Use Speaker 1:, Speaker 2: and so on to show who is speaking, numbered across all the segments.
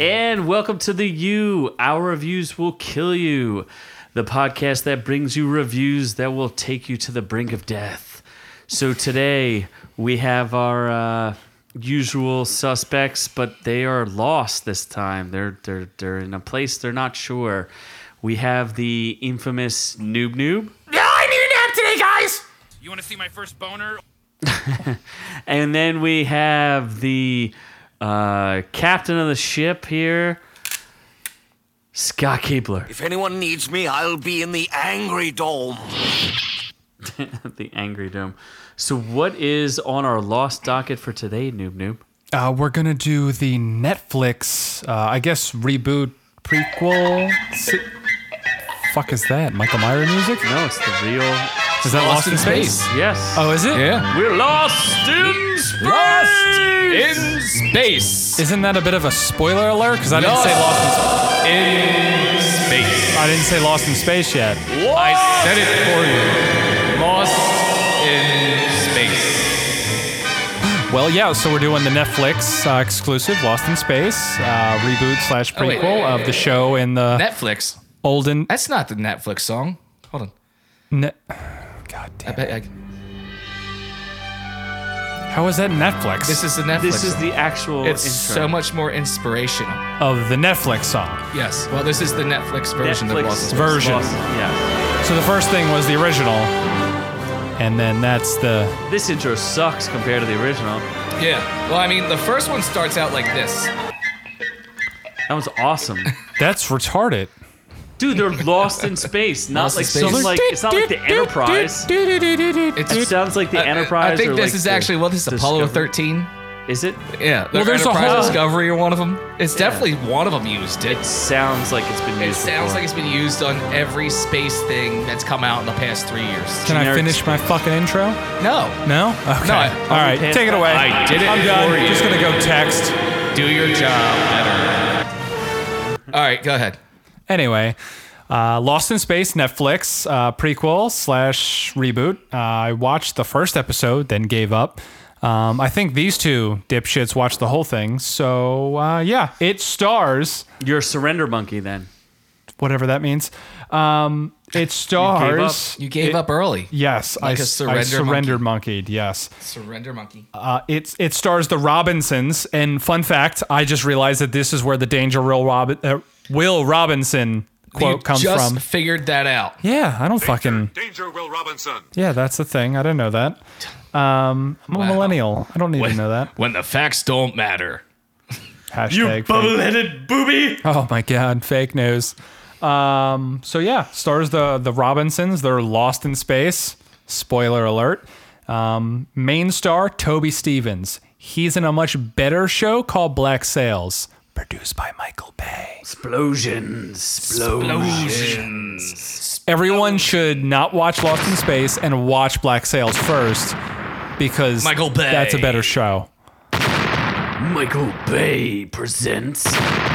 Speaker 1: And welcome to the U. Our reviews will kill you. The podcast that brings you reviews that will take you to the brink of death. So today we have our uh, usual suspects, but they are lost this time. They're they're they're in a place they're not sure. We have the infamous Noob Noob,
Speaker 2: No, I need a nap today, guys!
Speaker 3: You want to see my first boner?
Speaker 1: and then we have the uh, captain of the ship here, Scott Keebler.
Speaker 2: If anyone needs me, I'll be in the angry dome.
Speaker 1: the angry dome. So what is on our lost docket for today, Noob Noob?
Speaker 4: Uh, we're gonna do the Netflix, uh, I guess, reboot prequel. Si- Fuck is that? Michael Myra music?
Speaker 1: No, it's the real.
Speaker 4: Is that Lost, in Space?
Speaker 1: Yes.
Speaker 4: Oh, is it?
Speaker 5: Yeah.
Speaker 1: we're lost in space.
Speaker 5: Lost in space.
Speaker 4: Isn't that a bit of a spoiler alert? Because I didn't say Lost. In,
Speaker 5: in space.
Speaker 4: I didn't say Lost in Space yet.
Speaker 5: I said it for you. Lost in space.
Speaker 4: Well, yeah. So we're doing the Netflix uh, exclusive Lost in Space uh, reboot slash
Speaker 5: Oh, wait.
Speaker 4: prequel of the show in the
Speaker 5: Netflix.
Speaker 4: olden.
Speaker 5: That's not the Netflix song. Hold on.
Speaker 4: Ne- God
Speaker 5: I
Speaker 4: damn!
Speaker 5: bet I,
Speaker 4: How is that Netflix?
Speaker 5: this is the Netflix.
Speaker 1: This is
Speaker 5: song.
Speaker 1: the actual.
Speaker 5: It's
Speaker 1: intro.
Speaker 5: so much more inspirational.
Speaker 4: of the Netflix song.
Speaker 5: Yes. Well, this is the Netflix version of Lost in
Speaker 1: Netflix
Speaker 5: Space.
Speaker 4: version.
Speaker 1: Lost- yeah.
Speaker 4: So the first thing was the original, and then that's the
Speaker 1: This intro sucks compared to the original.
Speaker 5: Yeah. Well, I mean, the first one starts out like this.
Speaker 1: That was awesome.
Speaker 4: that's retarded.
Speaker 1: Dude, they're lost in space. Not
Speaker 5: Lost in
Speaker 1: like
Speaker 5: space.
Speaker 1: some like it's not like the Enterprise. It
Speaker 4: It's
Speaker 1: sounds like the
Speaker 5: I- I-
Speaker 1: Enterprise.
Speaker 5: I think
Speaker 1: or,
Speaker 5: this
Speaker 1: like,
Speaker 5: is
Speaker 1: the
Speaker 5: actually well, this is Apollo
Speaker 1: Discovery.
Speaker 5: 13.
Speaker 1: Is it?
Speaker 5: Yeah. Well,
Speaker 4: there's a
Speaker 5: Enterprise
Speaker 4: whole-
Speaker 5: Discovery or one of them. It's definitely one of them used it.
Speaker 1: It sounds like it's been
Speaker 5: It
Speaker 1: used.
Speaker 5: sounds
Speaker 1: before.
Speaker 5: like it's been used on every space thing that's come out in the past three years.
Speaker 4: Can I
Speaker 1: generic
Speaker 4: finish my fucking intro?
Speaker 5: No.
Speaker 4: No. Okay.
Speaker 5: No, I-
Speaker 4: All right,
Speaker 1: past
Speaker 4: take it
Speaker 1: that.
Speaker 4: away.
Speaker 5: I did it
Speaker 4: I'm done.
Speaker 5: for you.
Speaker 4: Just gonna go text.
Speaker 5: Do your job better. All right, go ahead.
Speaker 4: Anyway, uh, Lost in Space Netflix uh, prequel slash reboot. Uh, I watched the first episode, then gave up. Um, I think these two dipshits watched the whole thing. So uh, yeah, it stars
Speaker 1: You're a surrender monkey then.
Speaker 4: whatever that means. Um, it stars.
Speaker 5: You gave
Speaker 4: it-
Speaker 5: up early.
Speaker 4: Yes, I
Speaker 5: a
Speaker 4: s-
Speaker 5: surrender
Speaker 4: I surrendered monkeyed. Yes,
Speaker 5: Surrender monkey.
Speaker 4: uh, it's it stars the Robinsons. And fun fact, I just realized that this is where the Danger Will, Rob- uh, Will Robinson quote
Speaker 5: you
Speaker 4: comes
Speaker 5: just
Speaker 4: from.
Speaker 5: figured that out.
Speaker 4: Yeah, I don't fucking.
Speaker 6: Danger, Will Robinson.
Speaker 4: Yeah, that's the thing. I didn't know that. Um, I'm a
Speaker 5: Wow.
Speaker 4: millennial. I don't need to know that.
Speaker 5: When the facts don't matter.
Speaker 4: Hashtag fake-
Speaker 1: headed booby.
Speaker 4: Oh my god, fake news. Um, so yeah, stars the the Robinsons. They're lost in space. Spoiler alert. Um, main star Toby Stevens. He's in a much better show called Black Sails, produced by Michael Bay.
Speaker 1: Explosions.
Speaker 4: Everyone
Speaker 5: Oh.
Speaker 4: should not watch Lost in Space and watch Black Sails first because
Speaker 5: Michael Bay.
Speaker 4: That's a better show.
Speaker 1: Michael Bay presents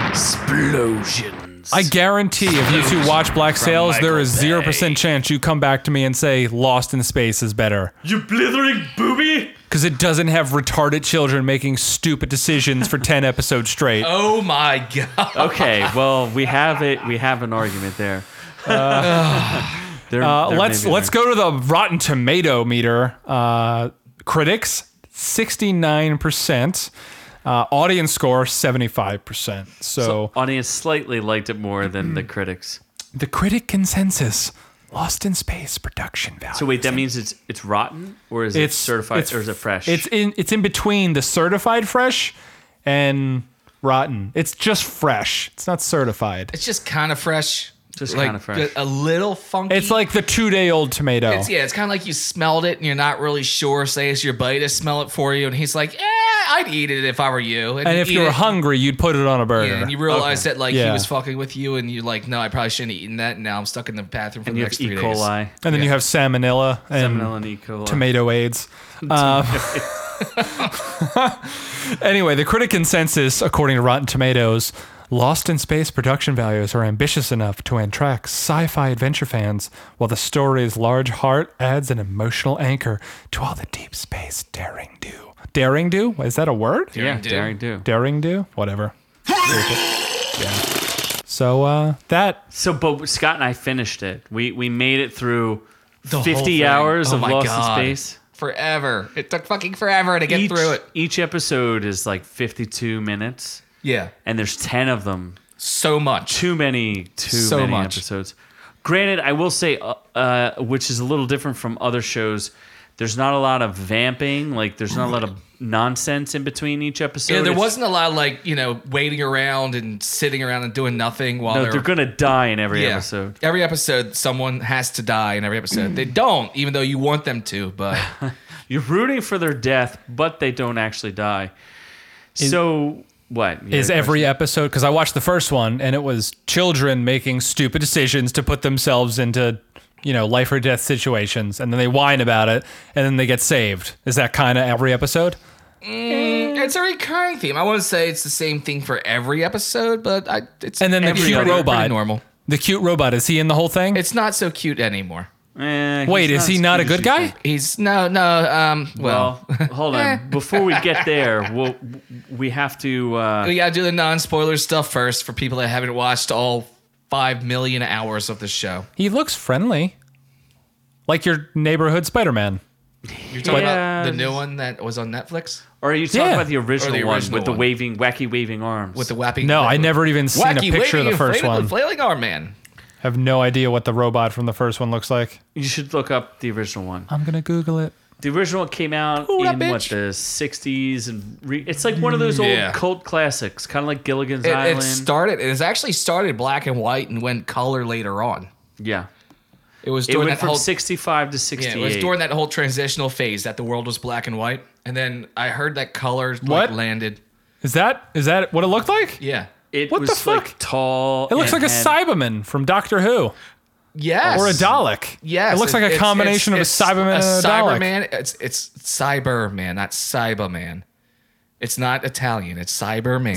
Speaker 1: Explosions.
Speaker 4: I guarantee if you two watch Black Sails, there is
Speaker 5: Michael
Speaker 4: zero percent chance you come back to me and say Lost in Space is better.
Speaker 1: you blithering booby.
Speaker 4: because it doesn't have retarded children making stupid decisions for 10 episodes straight.
Speaker 5: Oh my god.
Speaker 4: Oh.
Speaker 1: Okay, well we have it. We have an argument there. They're-
Speaker 4: Uh,
Speaker 1: they're
Speaker 4: let's
Speaker 1: maybe
Speaker 4: let's
Speaker 1: there.
Speaker 4: go to the Rotten Tomato meter. Uh, critics 69%, uh, audience score 75%. So,
Speaker 1: Audience slightly liked it more than the critics.
Speaker 4: the critic consensus Lost in Space production value.
Speaker 1: So wait, that means it's it's rotten or is it certified or is it fresh?
Speaker 4: It's in it's in between the certified fresh and rotten. It's just fresh. It's not certified.
Speaker 5: It's just kind of fresh.
Speaker 1: Just
Speaker 5: Like,
Speaker 1: kinda fresh.
Speaker 5: A little funky.
Speaker 4: It's like the 2-day old tomato.
Speaker 5: It's yeah, it's kind of like you smelled it and you're not really sure. Say it's your buddy to smell it for you, and he's like, "Eh, I'd eat it if I were you."
Speaker 4: And
Speaker 5: you
Speaker 4: if
Speaker 5: eat
Speaker 4: you were
Speaker 5: it,
Speaker 4: hungry, you'd put it on a burger.
Speaker 5: yeah, and you realize that like he
Speaker 4: Yeah.
Speaker 5: was fucking with you, and you're like, "No, I probably shouldn't have eaten that." And now I'm stuck in the bathroom for
Speaker 1: and
Speaker 5: the
Speaker 1: you have
Speaker 5: next
Speaker 1: E.
Speaker 5: three days.
Speaker 1: coli,
Speaker 4: and then you have salmonella and
Speaker 1: salmonella, and E. coli.
Speaker 4: Mm. tomato aids. Um, anyway, the critic consensus, according to Rotten Tomatoes, Lost in Space production values are ambitious enough to attract sci fi adventure fans, while the story's large heart adds an emotional anchor to all the deep space daring do. Daring do? Is that a word?
Speaker 1: Yeah,
Speaker 5: Daring do.
Speaker 1: daring do.
Speaker 4: Daring do? Whatever.
Speaker 6: Hey,
Speaker 4: So uh, that
Speaker 1: So, but Scott and I finished it. We we made it through
Speaker 5: The whole
Speaker 1: 50
Speaker 5: thing.
Speaker 1: hours
Speaker 5: Oh
Speaker 1: of
Speaker 5: my
Speaker 1: Lost
Speaker 5: God.
Speaker 1: in Space.
Speaker 5: Forever. It took fucking forever to get
Speaker 1: each,
Speaker 5: through it.
Speaker 1: Each episode is like 52 minutes,
Speaker 5: Yeah.
Speaker 1: and there's 10 of them.
Speaker 5: So much.
Speaker 1: Too many, too
Speaker 5: So
Speaker 1: many
Speaker 5: much.
Speaker 1: episodes. Granted, I will say, uh, uh, which is a little different from other shows. There's not a lot of vamping. Like, there's not a lot of nonsense in between each episode.
Speaker 5: Yeah, there
Speaker 1: It's-
Speaker 5: wasn't a lot of like, you know, waiting around and sitting around and doing nothing while
Speaker 1: No,
Speaker 5: they're,
Speaker 1: they're gonna die in every
Speaker 5: yeah.
Speaker 1: episode.
Speaker 5: Every episode someone has to die in every episode. they don't, even though you want them to, but
Speaker 1: You're rooting for their death, but they don't actually die. so what You
Speaker 4: is
Speaker 1: had a
Speaker 4: every episode because I watched the first one and it was children making stupid decisions to put themselves into you know life or death situations and then they whine about it and then they get saved. Is that kind of every episode?
Speaker 5: it's a recurring theme. I wouldn't say it's the same thing for every episode, but I it's
Speaker 4: And then the
Speaker 5: every
Speaker 4: cute
Speaker 5: pretty
Speaker 4: robot.
Speaker 5: normal.
Speaker 4: The cute robot is he in the whole thing?
Speaker 5: It's not so cute anymore.
Speaker 1: Eh,
Speaker 4: Wait,
Speaker 1: he's
Speaker 4: is he
Speaker 1: as
Speaker 4: not
Speaker 1: cute
Speaker 4: a
Speaker 1: as
Speaker 4: good
Speaker 1: you
Speaker 4: guy?
Speaker 1: think.
Speaker 5: He's no, no. Um, well,
Speaker 1: Well, hold on. Before we get there, we'll, we have to. Uh,
Speaker 5: we gotta do the non-spoiler stuff first for people that haven't watched all five million hours of the show.
Speaker 4: he looks friendly, like your neighborhood Spider-Man.
Speaker 5: You're talking about the
Speaker 1: Yes.
Speaker 5: new one that was on Netflix
Speaker 1: or are you talking
Speaker 4: Yeah.
Speaker 1: about the original, one
Speaker 5: original
Speaker 1: with the
Speaker 5: one.
Speaker 1: waving, wacky waving arms?
Speaker 5: with the wappy.
Speaker 4: No, I
Speaker 5: the
Speaker 4: never even seen
Speaker 5: wacky
Speaker 4: a picture of
Speaker 5: waving
Speaker 4: the first
Speaker 5: flailing-
Speaker 4: one.
Speaker 5: Flailing arm man.
Speaker 4: have no idea what the robot from the first one looks like.
Speaker 1: you should look up the original one.
Speaker 4: I'm gonna Google it.
Speaker 1: The original came out
Speaker 5: Ooh, that
Speaker 1: in what
Speaker 5: bitch.
Speaker 1: the '60s, and re- it's like one of those old
Speaker 5: Yeah.
Speaker 1: cult classics, kind of like Gilligan's
Speaker 5: It,
Speaker 1: Island.
Speaker 5: it started. It has actually started black and white and went color later on.
Speaker 1: yeah,
Speaker 5: It was
Speaker 1: it
Speaker 5: during
Speaker 1: went
Speaker 5: that
Speaker 1: from
Speaker 5: whole
Speaker 1: '65 to '68.
Speaker 5: Yeah, it was during that whole transitional phase that the world was black and white, and then I heard that color like,
Speaker 4: What?
Speaker 5: landed.
Speaker 4: Is that is that what it looked like?
Speaker 5: Yeah,
Speaker 1: It
Speaker 4: What the
Speaker 1: was like
Speaker 4: fuck?
Speaker 1: tall.
Speaker 4: It looks
Speaker 1: and
Speaker 4: like a
Speaker 1: had-
Speaker 4: Cyberman from Doctor Who
Speaker 5: yes,
Speaker 4: or a Dalek.
Speaker 5: Yes,
Speaker 4: it looks like a
Speaker 5: it's-
Speaker 4: combination
Speaker 5: it's-
Speaker 4: of a Cyberman
Speaker 5: it's
Speaker 4: and a Dalek.
Speaker 5: Cyberman. It's it's Cyberman, not Cyberman. It's not Italian. It's Cyberman.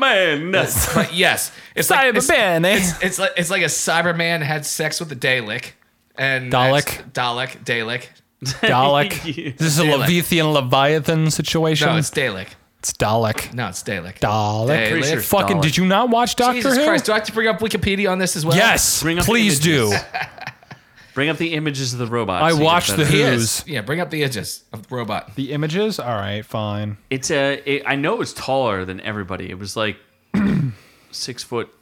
Speaker 1: Cyberman.
Speaker 5: But yes, it's like it's,
Speaker 4: Cyberman, eh?
Speaker 5: it's, it's like it's like a Cyberman had sex with a Dalek and
Speaker 4: Dalek.
Speaker 5: that's- Dalek, Dalek.
Speaker 4: Dalek.
Speaker 1: Yeah.
Speaker 4: This is a
Speaker 5: Dalek.
Speaker 4: Levithian Leviathan situation.
Speaker 5: No, it's Dalek.
Speaker 4: It's Dalek.
Speaker 5: No, it's Dalek.
Speaker 4: Dalek.
Speaker 5: Pretty sure it's
Speaker 4: Fucking,
Speaker 1: Dalek.
Speaker 4: did you not watch Doctor
Speaker 5: Jesus
Speaker 4: Who?
Speaker 5: Christ! Do I have to bring up Wikipedia on this as well?
Speaker 4: Yes,
Speaker 1: Bring up
Speaker 4: please do.
Speaker 1: images. Bring up the images of the robots.
Speaker 4: I
Speaker 1: so you get
Speaker 4: watched the
Speaker 1: better.
Speaker 5: He
Speaker 4: Who's.
Speaker 5: is. Yeah, bring up the edges of the robot.
Speaker 4: The images? All right, fine.
Speaker 1: It's a. It, I know it's taller than everybody. It was like six foot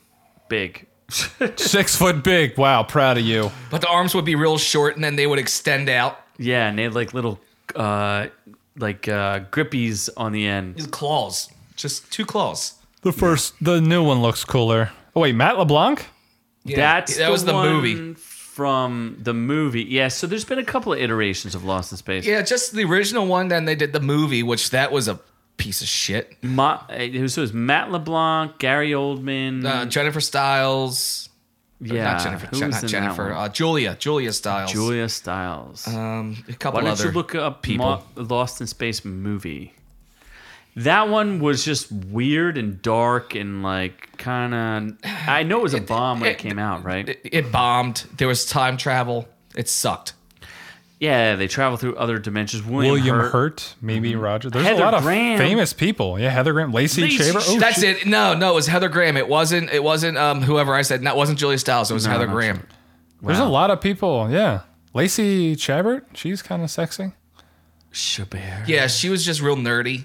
Speaker 1: big.
Speaker 4: Six foot big. Wow, proud of you.
Speaker 5: But the arms would be real short, and then they would extend out.
Speaker 1: Yeah, and they had like little, uh, like uh, grippies on the end.
Speaker 5: These claws, just two claws.
Speaker 4: The first, the new one looks cooler. Oh, wait, Matt LeBlanc?
Speaker 5: Yeah,
Speaker 1: That's
Speaker 5: that was the
Speaker 1: one
Speaker 5: movie.
Speaker 1: from the movie. Yeah, so there's been a couple of iterations of Lost in Space.
Speaker 5: Yeah, just the original one. Then they did the movie, which that was a piece of shit. Uh,
Speaker 1: Ma- it, was, it was Matt LeBlanc, Gary Oldman.
Speaker 5: Uh, Jennifer Styles,
Speaker 1: Mm-hmm. yeah,
Speaker 5: not Jennifer,
Speaker 1: who
Speaker 5: Je-
Speaker 1: was
Speaker 5: not
Speaker 1: in that
Speaker 5: Jennifer,
Speaker 1: one?
Speaker 5: uh, Julia, Julia Styles,
Speaker 1: Julia Stiles.
Speaker 5: um, a couple
Speaker 1: Why don't
Speaker 5: other
Speaker 1: you look up
Speaker 5: people.
Speaker 1: Mo- Lost in Space movie? That one was just weird and dark and like kind of. I know it was a bomb when it
Speaker 5: it-
Speaker 1: came out, right?
Speaker 5: It, it bombed. There was time travel. It sucked.
Speaker 1: Yeah, they travel through other dimensions. William,
Speaker 4: William Hurt,
Speaker 1: Hurt. Mm-hmm.
Speaker 4: maybe Roger. There's
Speaker 1: Heather
Speaker 4: a lot of
Speaker 1: Graham.
Speaker 4: famous people. Yeah, Heather Graham, Lacey,
Speaker 1: Lacey
Speaker 4: Shaver. Oh,
Speaker 5: That's
Speaker 4: shit.
Speaker 5: it. No, no, it was Heather Graham. It wasn't. It wasn't um, whoever I said. That wasn't Julia Stiles. It was Heather
Speaker 1: not
Speaker 5: Graham.
Speaker 4: There's a lot of people. Yeah, Lacey Chabert. She's kind of sexy.
Speaker 1: Chabert.
Speaker 5: Yeah, she was just real nerdy,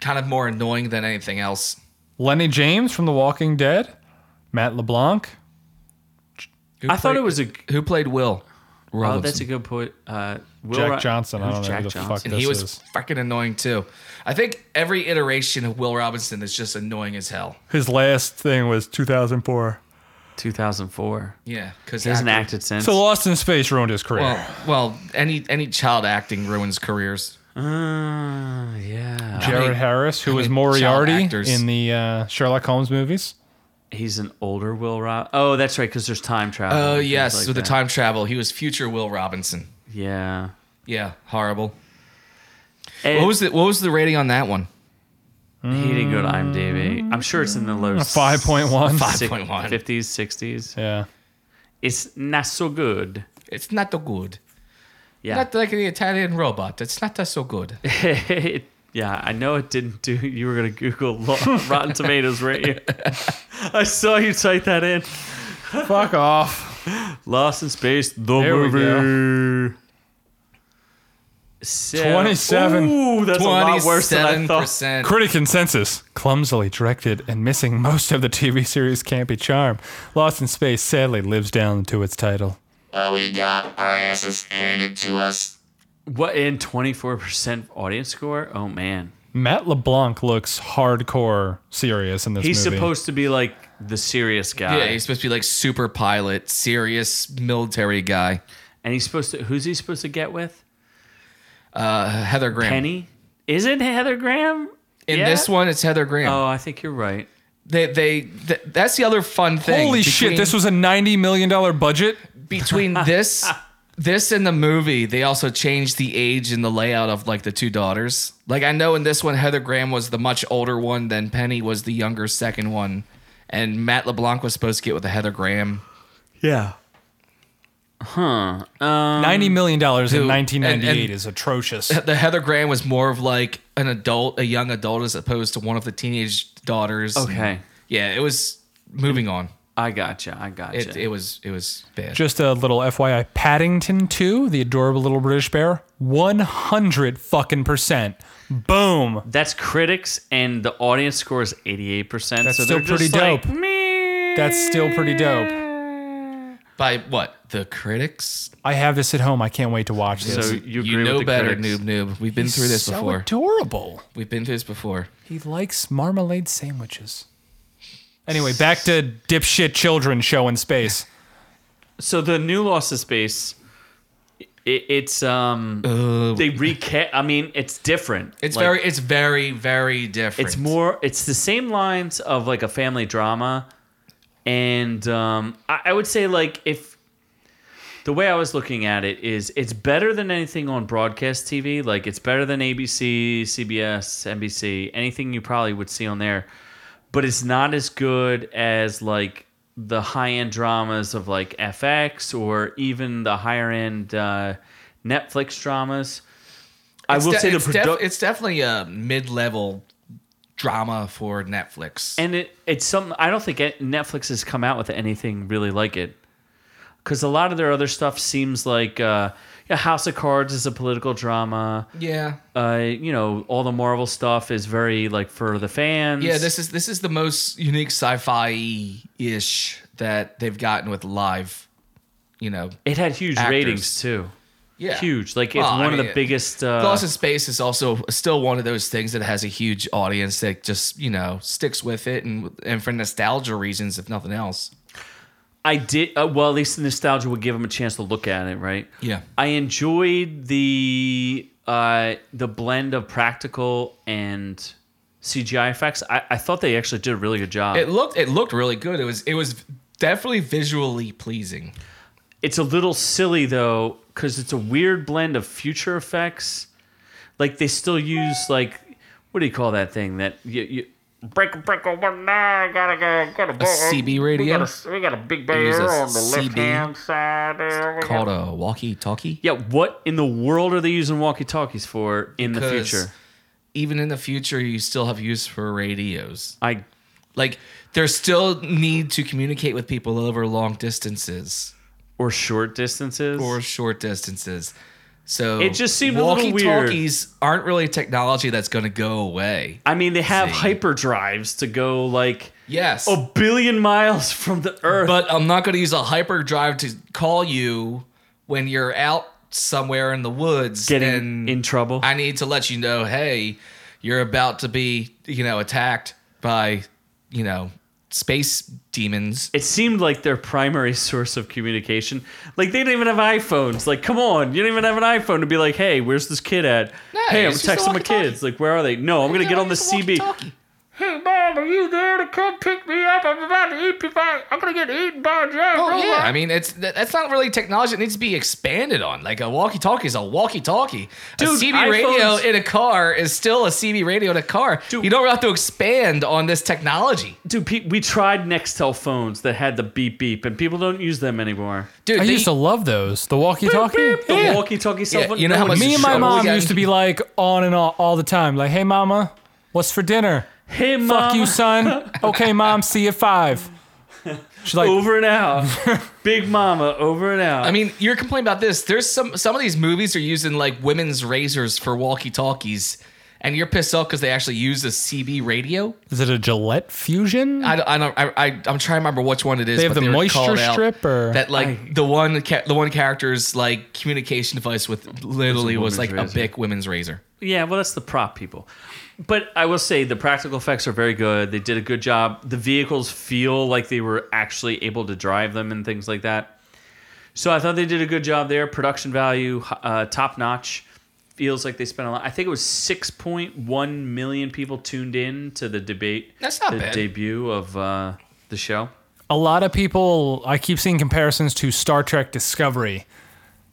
Speaker 5: kind of more annoying than anything else.
Speaker 4: Lenny James from The Walking Dead. Matt LeBlanc.
Speaker 5: Who
Speaker 1: I thought
Speaker 5: played-
Speaker 1: it was a.
Speaker 5: who played Will.
Speaker 1: Oh,
Speaker 5: Robinson.
Speaker 1: that's a good point. Uh, Will
Speaker 4: Jack
Speaker 1: Ro-
Speaker 4: Johnson. I
Speaker 1: Who's
Speaker 4: don't know
Speaker 1: Jack
Speaker 4: who the
Speaker 1: Johnson?
Speaker 4: fuck
Speaker 5: and he
Speaker 4: this
Speaker 5: was
Speaker 4: is.
Speaker 5: fucking annoying too. I think every iteration of Will Robinson is just annoying as hell.
Speaker 4: His last thing was 2004.
Speaker 1: 2004.
Speaker 5: Yeah, because
Speaker 1: He hasn't acted since.
Speaker 4: So Lost in Space ruined his career.
Speaker 5: Well, well, any any child acting ruins careers.
Speaker 1: Uh, yeah.
Speaker 4: Jared
Speaker 5: mean-
Speaker 4: Harris, who was
Speaker 5: mean, child
Speaker 4: Moriarty
Speaker 5: actors.
Speaker 4: in the uh, Sherlock Holmes movies.
Speaker 1: He's an older Will Rob. Oh, that's right, because there's time travel.
Speaker 5: Oh
Speaker 1: and things
Speaker 5: yes,
Speaker 1: like
Speaker 5: with
Speaker 1: that.
Speaker 5: the time travel, he was future Will Robinson.
Speaker 1: Yeah.
Speaker 5: Yeah, horrible.
Speaker 1: And
Speaker 5: What was the what was the rating on that one?
Speaker 1: He didn't go to
Speaker 4: Mm-hmm.
Speaker 1: IMDb. I'm sure it's in the low s-
Speaker 4: 5.1.
Speaker 1: si-
Speaker 5: 5.1.
Speaker 1: 50s, 60s.
Speaker 4: Yeah.
Speaker 1: It's not so good.
Speaker 5: It's not that good.
Speaker 1: Yeah.
Speaker 5: Not like the Italian robot. It's not that so good.
Speaker 1: it Yeah, I know it didn't do. You were gonna Google lo- Rotten Tomatoes, weren't you? I saw you type that in.
Speaker 4: Fuck off.
Speaker 1: Lost in Space, the
Speaker 4: There we go.
Speaker 1: movie. So-
Speaker 4: 27.
Speaker 1: Ooh, that's a lot worse than I thought.
Speaker 5: 27%.
Speaker 4: Critic consensus: clumsily directed and missing most of the TV series campy charm, Lost in Space sadly lives down to its title.
Speaker 6: Uh, we got our asses handed to us.
Speaker 1: What in twenty four percent audience score? Oh man,
Speaker 4: Matt LeBlanc looks hardcore serious in this
Speaker 1: he's
Speaker 4: movie.
Speaker 1: supposed to be like the serious guy,
Speaker 5: Yeah, he's supposed to be like super pilot, serious military guy.
Speaker 1: and he's supposed to. Who's he supposed to get with?
Speaker 5: Uh, Heather Graham.
Speaker 1: Penny? Isn't Heather Graham?
Speaker 5: In
Speaker 1: Yeah.
Speaker 5: this one, it's Heather Graham.
Speaker 1: Oh, I think you're right.
Speaker 5: They, they, th- that's the other fun thing.
Speaker 4: Holy shit! This was a ninety million dollar budget.
Speaker 5: between this, this and the movie. They also changed the age and the layout of like the two daughters. Like I know in this one, Heather Graham was the much older one, then Penny was the younger second one, and Matt LeBlanc was supposed to get with the Heather Graham.
Speaker 1: Yeah.
Speaker 4: ninety million dollars in
Speaker 5: um, who-
Speaker 4: nineteen ninety
Speaker 5: and-
Speaker 4: eight
Speaker 5: and-
Speaker 4: is atrocious.
Speaker 5: The Heather Graham was more of like an adult, a young adult, as opposed to one of the teenage daughters.
Speaker 1: Okay.
Speaker 5: Yeah, it was moving on.
Speaker 1: I gotcha. I gotcha.
Speaker 5: It, it was it was bad.
Speaker 4: Just a little FYI, Paddington Two, the adorable little British bear, one hundred fucking percent. Boom.
Speaker 1: That's critics, and the audience score is 88%.
Speaker 4: That's
Speaker 1: so
Speaker 4: still
Speaker 1: they're just
Speaker 4: pretty
Speaker 1: like,
Speaker 4: dope.
Speaker 1: "Meh."
Speaker 4: That's still pretty dope.
Speaker 5: By what? The critics?
Speaker 4: I have this at home. I can't wait to watch this.
Speaker 1: So you agree
Speaker 5: You know
Speaker 1: with the
Speaker 5: better,
Speaker 1: critics.
Speaker 5: noob noob. We've been through this
Speaker 4: so
Speaker 5: before.
Speaker 4: adorable.
Speaker 5: We've been through this before.
Speaker 4: He likes marmalade sandwiches. Anyway, back to dipshit children show in space.
Speaker 1: So the new Lost in Space, it, it's um, they recast. I mean, it's different.
Speaker 5: It's
Speaker 1: Like,
Speaker 5: very it's very, very different.
Speaker 1: It's more. It's the same lines of like a family drama, and um, I, I would say like if the way I was looking at it is, it's better than anything on broadcast TV. Like it's better than ABC, CBS, NBC, anything you probably would see on there. But it's not as good as like the high end dramas of like FX or even the higher end uh, Netflix dramas. I
Speaker 5: It's
Speaker 1: will
Speaker 5: de-
Speaker 1: say the
Speaker 5: it's, def-
Speaker 1: production.
Speaker 5: it's definitely a mid level drama for Netflix.
Speaker 1: And it, it's something I don't think Netflix has come out with anything really like it. Because a lot of their other stuff seems like uh, yeah, House of Cards is a political drama.
Speaker 5: yeah.
Speaker 1: Uh, you know, all the Marvel stuff is very like for the fans.
Speaker 5: Yeah, this is this is the most unique sci-fi ish that they've gotten with live, you know.
Speaker 1: it had huge
Speaker 5: actors.
Speaker 1: ratings too.
Speaker 5: Yeah.
Speaker 1: Huge, like it's
Speaker 5: Well, I
Speaker 1: one of
Speaker 5: mean,
Speaker 1: the biggest. Uh,
Speaker 5: Lost in Space is also still one of those things that has a huge audience that just you know sticks with it and and for nostalgia reasons, if nothing else.
Speaker 1: I did uh, well. At least the nostalgia would give them a chance to look at it, right?
Speaker 5: Yeah.
Speaker 1: I enjoyed the uh, the blend of practical and CGI effects. I, I thought they actually did a really good job.
Speaker 5: It looked it looked really good. It was it was definitely visually pleasing.
Speaker 1: it's a little silly though, because it's a weird blend of future effects. Like they still use like what do you call that thing that you. you
Speaker 7: Break, break, oh, one, nine, gotta go, gotta
Speaker 5: A
Speaker 7: go.
Speaker 5: CB
Speaker 7: We
Speaker 5: radio
Speaker 7: got a, we got a big
Speaker 5: Use a
Speaker 7: bear on the
Speaker 5: CB.
Speaker 7: left hand side there. We got-
Speaker 5: called a walkie-talkie.
Speaker 1: yeah, what in the world are they using walkie talkies for in the
Speaker 5: Because
Speaker 1: future?
Speaker 5: Even in the future, you still have use for radios.
Speaker 1: I
Speaker 5: Like there's still need to communicate with people over long distances
Speaker 1: or short distances
Speaker 5: or short distances. So
Speaker 1: It just seemed a little weird.
Speaker 5: walkie-talkies aren't really technology that's going to go away.
Speaker 1: I mean, they have
Speaker 5: See.
Speaker 1: hyper drives to go like
Speaker 5: Yes.
Speaker 1: a billion miles from the Earth.
Speaker 5: but I'm not going to use a hyperdrive to call you when you're out somewhere in the woods
Speaker 1: getting
Speaker 5: and
Speaker 1: in trouble.
Speaker 5: I need to let you know, hey, you're about to be, you know, attacked by, you know, space demons.
Speaker 1: it seemed like their primary source of communication. Like they don't even have iPhones. Like, come on, you don't even have an iPhone to be like, hey, where's this kid at? hey, I'm
Speaker 5: it's just a
Speaker 1: texting my
Speaker 5: walkie-talkie.
Speaker 1: kids. Like, where are they? No, I'm gonna get on the CB.
Speaker 7: Hey, Mom, are you there to come pick me up? I'm about to eat by, I'm gonna get eaten by a giant
Speaker 5: Oh,
Speaker 7: robot.
Speaker 5: yeah. I mean, it's that- that's not really technology that needs to be expanded on. Like a walkie-talkie is a walkie-talkie. a
Speaker 1: Dude,
Speaker 5: CB radio
Speaker 1: iPhones-
Speaker 5: in a car is still a CB radio in a car.
Speaker 1: Dude.
Speaker 5: You don't really have to expand on this technology,
Speaker 1: Dude, pe- we tried Nextel phones that had the beep beep, and people don't use them anymore.
Speaker 5: dude.
Speaker 4: I
Speaker 5: they-
Speaker 4: used to love those. The walkie-talkie.
Speaker 1: The
Speaker 5: Yeah.
Speaker 1: walkie-talkie cell
Speaker 5: Yeah,
Speaker 1: phone.
Speaker 5: you know
Speaker 1: no
Speaker 5: how
Speaker 1: one
Speaker 5: much-
Speaker 4: Me
Speaker 1: uses
Speaker 4: and my
Speaker 5: Sure.
Speaker 1: them.
Speaker 4: mom
Speaker 5: Yeah.
Speaker 4: used to be like on and all all the time. Like, hey, mama, what's for dinner?
Speaker 1: Hey, mom.
Speaker 4: Fuck you, son. okay, mom. See you at five. She's like,
Speaker 1: Over and out. Big mama, over and out.
Speaker 5: I mean, you're complaining about this. There's some some of these movies are using like women's razors for walkie-talkies, and you're pissed off because they actually use a CB radio.
Speaker 4: is it a Gillette fusion?
Speaker 5: I don't, I don't I, I I'm trying to remember which one it is.
Speaker 4: They have
Speaker 5: but
Speaker 4: the
Speaker 5: were
Speaker 4: moisture
Speaker 5: called out
Speaker 4: strip or-
Speaker 5: that like the one ca- the one character's like communication device with literally was
Speaker 1: woman's
Speaker 5: like a
Speaker 1: razor.
Speaker 5: big women's razor.
Speaker 1: Yeah, well, that's the prop people. But I will say the practical effects are very good. They did a good job. The vehicles feel like they were actually able to drive them and things like that. So I thought they did a good job there. Production value, uh, top notch. Feels like they spent a lot. I think it was 6.1 million people tuned in to the debate.
Speaker 5: That's not
Speaker 1: the
Speaker 5: bad.
Speaker 1: debut of uh, the show.
Speaker 4: a lot of people I keep seeing comparisons to Star Trek Discovery,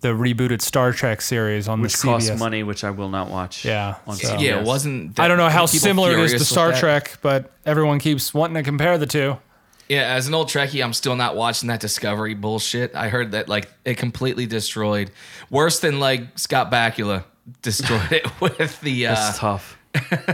Speaker 4: the rebooted Star Trek series on
Speaker 1: Which
Speaker 4: the
Speaker 1: costs
Speaker 4: CBS.
Speaker 1: money, which I will not watch.
Speaker 4: Yeah,
Speaker 1: on
Speaker 4: so-
Speaker 1: CBS.
Speaker 5: Yeah, it wasn't.
Speaker 4: I don't know how
Speaker 5: people
Speaker 4: similar it is
Speaker 5: furious
Speaker 4: to
Speaker 5: with
Speaker 4: Star
Speaker 5: that?
Speaker 4: Trek, but everyone keeps wanting to compare the two.
Speaker 5: Yeah, as an old Trekkie, I'm still not watching that Discovery bullshit. I heard that like it completely destroyed, worse than like Scott Bakula destroyed it with the. Uh,
Speaker 1: It's tough.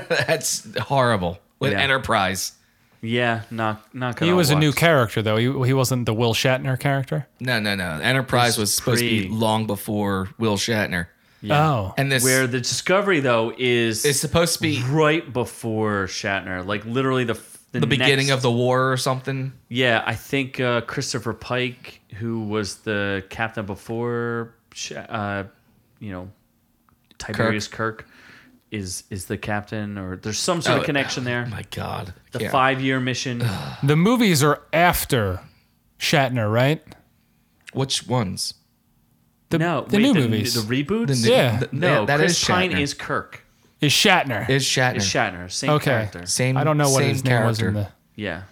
Speaker 5: that's horrible with
Speaker 1: Yeah.
Speaker 5: Enterprise.
Speaker 1: Yeah, not not gonna.
Speaker 5: Oh,
Speaker 4: He was a new
Speaker 1: watch.
Speaker 4: character though. He, he wasn't the Will Shatner character.
Speaker 5: No, no, no. Enterprise was supposed to be
Speaker 1: pre-
Speaker 5: long before Will Shatner.
Speaker 4: Oh,
Speaker 5: And this
Speaker 1: Where the discovery though is
Speaker 5: It's supposed to be
Speaker 1: right before Shatner, like literally the Oh f-
Speaker 5: the beginning of the war or something.
Speaker 1: yeah. I think uh, Christopher Pike, who was the captain before, Sha- uh, you know, Tiberius Kirk. is is the captain, or there's some sort
Speaker 5: Oh,
Speaker 1: of connection there.
Speaker 5: My God, I
Speaker 1: the
Speaker 5: can't-
Speaker 1: five year mission.
Speaker 4: the movies are after Shatner, right?
Speaker 5: Which ones?
Speaker 4: The,
Speaker 1: no,
Speaker 4: the
Speaker 1: wait,
Speaker 4: new
Speaker 1: the,
Speaker 4: movies
Speaker 1: the reboots.
Speaker 5: The new-
Speaker 4: Yeah.
Speaker 5: th-
Speaker 1: no,
Speaker 5: that
Speaker 1: Chris
Speaker 5: is
Speaker 1: Pine
Speaker 5: Shatner.
Speaker 1: is Kirk.
Speaker 4: is Shatner.
Speaker 5: is Shatner.
Speaker 1: Is Shatner same
Speaker 4: Okay.
Speaker 1: character?
Speaker 5: Same.
Speaker 4: I don't know what
Speaker 5: same
Speaker 4: his name
Speaker 5: character.
Speaker 4: was in the.
Speaker 1: Yeah,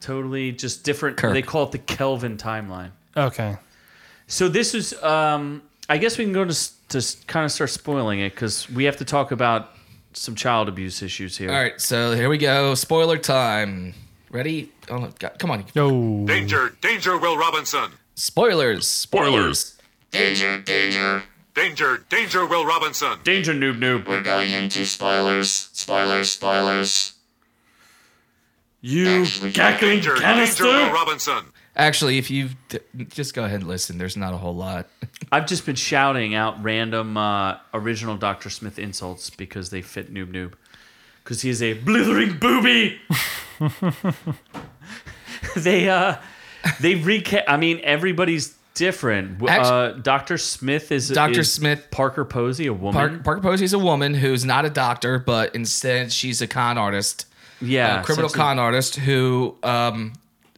Speaker 1: totally just different.
Speaker 5: Kirk.
Speaker 1: They call it the Kelvin timeline.
Speaker 4: Okay,
Speaker 1: So this is, um, I guess we can go to s- to s- kind of start spoiling it because we have to talk about some child abuse issues here.
Speaker 5: All right, so here we go. Spoiler time. Ready? Oh, no, God, come on.
Speaker 4: yo,
Speaker 8: Danger, danger, Will Robinson.
Speaker 5: Spoilers. Spoilers.
Speaker 6: Danger, danger.
Speaker 8: Danger, danger, Will Robinson.
Speaker 1: Danger, noob, noob.
Speaker 6: We're going into spoilers. Spoilers, spoilers.
Speaker 1: You gackling
Speaker 8: Danger, danger, Will
Speaker 1: canister.
Speaker 8: Robinson.
Speaker 5: Actually, if you just go ahead and listen, there's not a whole lot.
Speaker 1: I've just been shouting out random uh, original Dr. Smith insults because they fit noob, noob. Because he is a blithering booby. they uh, they recast. I mean, everybody's different. W- uh,
Speaker 5: Actu-
Speaker 1: Dr. Smith is
Speaker 5: Dr.
Speaker 1: is
Speaker 5: Smith-
Speaker 1: Parker Posey, a woman.
Speaker 5: Park, Parker Posey is a woman who's not a doctor, but instead she's a con artist,
Speaker 1: yeah,
Speaker 5: a uh, criminal
Speaker 1: essentially.
Speaker 5: con artist who um,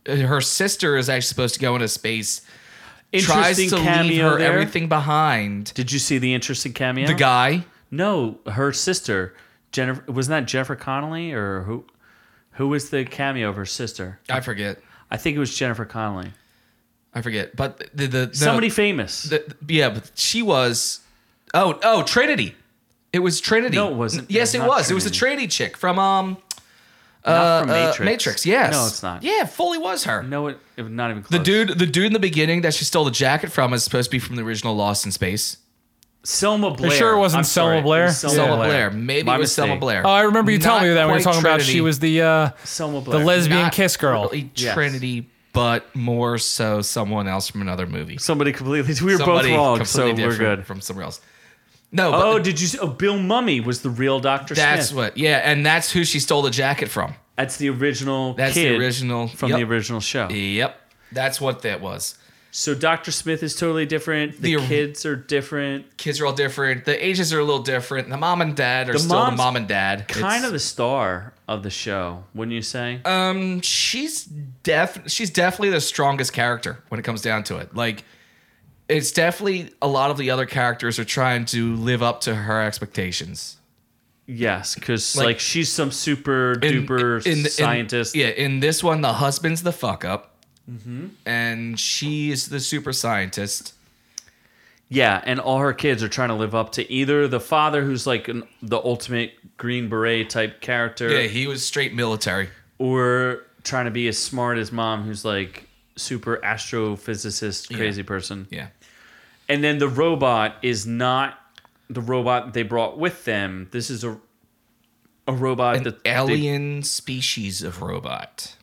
Speaker 5: her sister is actually supposed to go into space, tries
Speaker 1: Interesting
Speaker 5: to leave
Speaker 1: cameo
Speaker 5: her
Speaker 1: there.
Speaker 5: everything behind.
Speaker 1: Did you see the interesting cameo?
Speaker 5: The guy,
Speaker 1: No, her sister, Jennifer. Wasn't that Jennifer Connelly or who? Who was the cameo of her sister?
Speaker 5: I forget,
Speaker 1: I think it was Jennifer Connelly.
Speaker 5: I forget, but the the, the
Speaker 1: Somebody famous.
Speaker 5: the- yeah, but she was. Oh, oh, Trinity. It was Trinity.
Speaker 1: No, it wasn't.
Speaker 5: N- Yes,
Speaker 1: It
Speaker 5: it
Speaker 1: was not
Speaker 5: was. It was the Trinity chick from um
Speaker 1: Not from
Speaker 5: uh,
Speaker 1: Matrix.
Speaker 5: Matrix. Yes.
Speaker 1: No, it's not.
Speaker 5: Yeah, it fully was her.
Speaker 1: No, it, it was not even
Speaker 5: The
Speaker 1: close.
Speaker 5: dude, the dude in the beginning that she stole the jacket from is supposed to be from the original Lost in Space.
Speaker 1: Selma Blair.
Speaker 4: sure it wasn't
Speaker 1: I'm
Speaker 4: Selma
Speaker 1: sorry, it
Speaker 4: Blair?
Speaker 1: was Selma
Speaker 5: Selma
Speaker 1: Blair.
Speaker 5: Blair. Maybe
Speaker 1: My
Speaker 5: it was
Speaker 1: mistake.
Speaker 5: Selma Blair.
Speaker 4: Oh, I remember you telling
Speaker 5: Not
Speaker 4: me that when we were
Speaker 5: quite
Speaker 4: talking about
Speaker 5: Trinity.
Speaker 4: she was the uh,
Speaker 1: Selma Blair.
Speaker 4: the lesbian
Speaker 5: Not
Speaker 4: kiss girl.
Speaker 5: really
Speaker 1: Yes.
Speaker 5: Trinity, but more so someone else from another movie.
Speaker 1: Somebody completely. We were
Speaker 5: Somebody
Speaker 1: both wrong, so
Speaker 5: completely
Speaker 1: we're
Speaker 5: different
Speaker 1: good.
Speaker 5: from somewhere else. No, but
Speaker 1: Oh, did you? See, oh, Bill Mummy was the real Doctor Smith.
Speaker 5: that's what. Yeah, and that's who she stole the jacket from.
Speaker 1: That's the original.
Speaker 5: That's the
Speaker 1: kid
Speaker 5: original-
Speaker 1: from
Speaker 5: yep.
Speaker 1: the original show.
Speaker 5: Yep, that's what that was.
Speaker 1: So Doctor Smith is totally different. The,
Speaker 5: The-
Speaker 1: kids are different.
Speaker 5: Kids are all different. The ages are a little different. The mom and dad are
Speaker 1: The
Speaker 5: still the
Speaker 1: mom's
Speaker 5: mom and dad.
Speaker 1: Kind
Speaker 5: It's-
Speaker 1: of the star of the show, wouldn't you say?
Speaker 5: Um, she's def she's definitely the strongest character when it comes down to it. Like, it's definitely a lot of the other characters are trying to live up to her expectations.
Speaker 1: Yes, because like,
Speaker 5: Like-
Speaker 1: she's some super
Speaker 5: In-
Speaker 1: duper
Speaker 5: in- in-
Speaker 1: scientist. Mm-hmm.
Speaker 5: yeah, in this one, the husband's the fuck up, and she's the super scientist.
Speaker 1: Yeah, and all her kids are trying to live up to either the father, who's like an, the ultimate Green Beret type character,
Speaker 5: Yeah, he was straight military.
Speaker 1: or trying to be as smart as mom, who's like super astrophysicist, crazy person.
Speaker 5: Yeah,
Speaker 1: And then the robot is not the robot they brought with them. This is a a robot
Speaker 5: an
Speaker 1: that they-
Speaker 5: alien species of robot.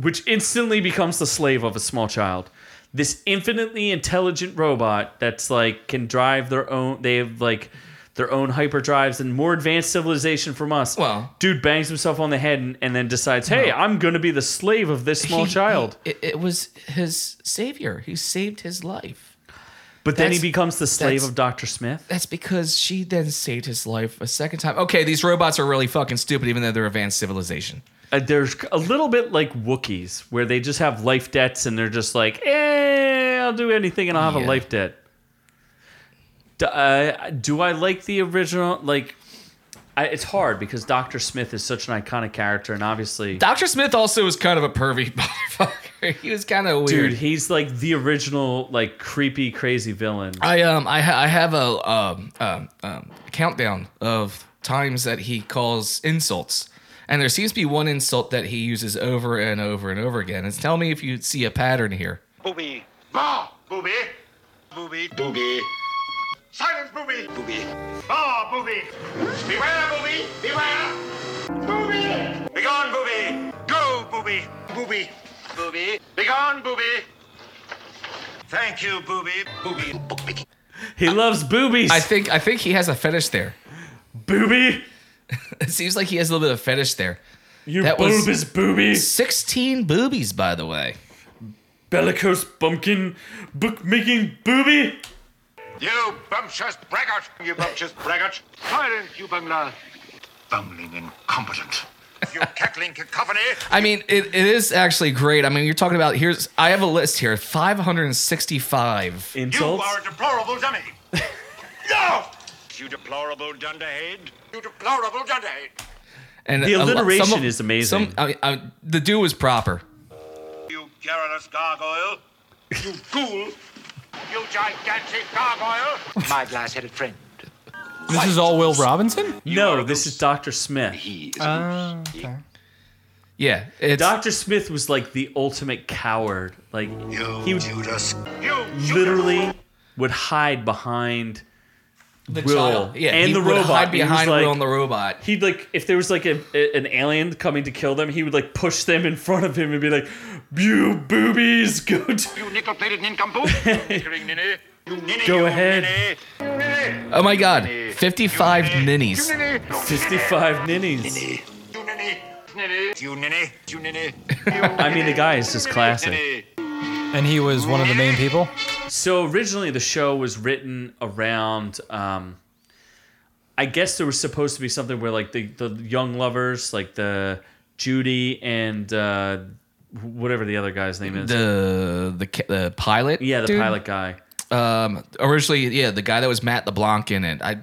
Speaker 1: which instantly becomes the slave of a small child. This infinitely intelligent robot that's like can drive their own. They have like their own hyperdrives and more advanced civilization from us.
Speaker 5: Well-
Speaker 1: dude bangs himself on the head and, and then decides, hey, I'm gonna be the slave of this small
Speaker 5: He-
Speaker 1: child.
Speaker 5: he- it, it was his savior. He saved his life.
Speaker 1: But then he
Speaker 5: that's-
Speaker 1: becomes the slave
Speaker 5: that's-
Speaker 1: of Doctor Smith.
Speaker 5: That's because she then saved his life a second time. Okay, these robots are really fucking stupid, even though they're advanced civilization.
Speaker 1: Uh, there's a little bit like Wookiees, where they just have life debts and they're just like, eh, I'll do anything and I'll have a
Speaker 5: Yeah.
Speaker 1: life debt. Do, uh, do I like the original? Like, I, it's hard because Dr. Smith is such an iconic character, and obviously,
Speaker 5: Doctor Smith also was kind of a pervy motherfucker. He was kind of weird.
Speaker 1: dude, he's like the original, like, creepy, crazy villain.
Speaker 5: I um I ha- I have a um, um, um countdown of times that he calls insults, and there seems to be one insult that he uses over and over and over again. And tell me if you see a pattern here.
Speaker 8: Booby.
Speaker 6: Ma!
Speaker 8: Booby. Booby.
Speaker 6: Booby!
Speaker 8: Silence, Booby. Booby. Ah, Booby. Beware, Booby. Beware. Booby. Begone, Booby. Go, Booby. Booby. Booby. Begone, Booby. Thank you, Booby. Booby.
Speaker 1: He loves boobies.
Speaker 5: I think I think he has a fetish there.
Speaker 1: Booby,
Speaker 5: It seems like he has a little bit of fetish there.
Speaker 1: you
Speaker 5: That was-
Speaker 1: bulbous booby,
Speaker 5: Sixteen boobies, by the way.
Speaker 1: bellicose bumpkin, bookmaking booby.
Speaker 8: You bumptious braggart. You bumptious braggart. Silence, you bungler. Bumbling incompetent. You cackling cacophony.
Speaker 5: I mean, it, it is actually great. I mean, you're talking about here's I have a list here, five hundred and sixty-five.
Speaker 8: You
Speaker 1: Insults.
Speaker 8: are a deplorable dummy. no! You deplorable dunderhead. You deplorable dunderhead.
Speaker 5: And
Speaker 1: The
Speaker 5: a lo- some
Speaker 1: alliteration
Speaker 5: of-
Speaker 1: is amazing.
Speaker 5: Some, I, I, the do was proper.
Speaker 8: You garrulous gargoyle. You ghoul. You gigantic gargoyle.
Speaker 9: My glass-headed friend.
Speaker 4: This is all Will Robinson?
Speaker 1: no, this is Dr. Smith.
Speaker 9: He is
Speaker 5: Yeah, it's
Speaker 1: Dr. Smith was like the ultimate coward. Like he
Speaker 9: Judas.
Speaker 8: You
Speaker 1: literally would hide behind
Speaker 5: the
Speaker 1: Will and
Speaker 5: he
Speaker 1: the
Speaker 5: would
Speaker 1: robot.
Speaker 5: Hide
Speaker 1: He was
Speaker 5: behind
Speaker 1: like-
Speaker 5: Will and the robot.
Speaker 1: he'd like if there was like a, a- an alien coming to kill them, he would like push them in front of him and be like, "You boobies, go to
Speaker 8: You nickel-plated nincompoop. Nickering ninny. You ninny.
Speaker 1: Go
Speaker 8: you
Speaker 1: ahead.
Speaker 8: Ninny. You ninny.
Speaker 5: Oh my God, fifty-five
Speaker 8: You
Speaker 5: ninnies.
Speaker 8: ninny. You
Speaker 1: 55 ninnies."
Speaker 8: ninny. Ninny. You ninny. You ninny.
Speaker 1: I mean, the guy is just classic.
Speaker 4: And he was one of the main people.
Speaker 1: So originally, the show was written around. Um, I guess there was supposed to be something where like the the young lovers, like the Judy and uh, wh- whatever the other guy's name is.
Speaker 5: The the ca- the pilot.
Speaker 1: Yeah, the
Speaker 5: dude?
Speaker 1: pilot guy.
Speaker 5: Um, originally, yeah, the guy that was Matt LeBlanc in it. I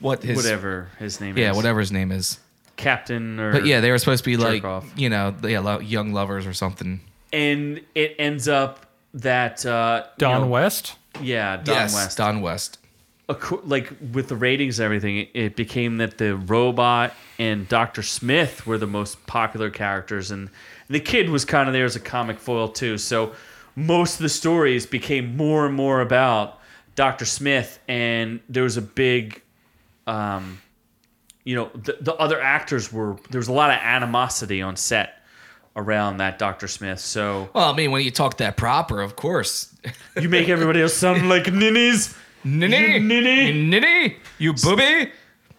Speaker 5: what his
Speaker 1: whatever his name is.
Speaker 5: Yeah, whatever his name is.
Speaker 1: Captain or
Speaker 5: But yeah, they were supposed to be
Speaker 1: Jerk
Speaker 5: like
Speaker 1: off.
Speaker 5: you know, yeah, lo- young lovers or something.
Speaker 1: and it ends up that uh you
Speaker 4: Don
Speaker 1: know,
Speaker 4: West.
Speaker 1: Yeah, Don
Speaker 5: yes,
Speaker 1: West.
Speaker 5: Don West.
Speaker 1: Acco- like with the ratings and everything, it became that the robot and Dr. Smith were the most popular characters and the kid was kind of there as a comic foil too. So most of the stories became more and more about Dr. Smith and there was a big um you know the, the other actors were there was a lot of animosity on set around that Dr. Smith. So
Speaker 5: Well, I mean, when you talk that proper, of course.
Speaker 1: you make everybody else sound like ninnies.
Speaker 5: Ninny,
Speaker 1: ninny.
Speaker 5: ninny, you booby,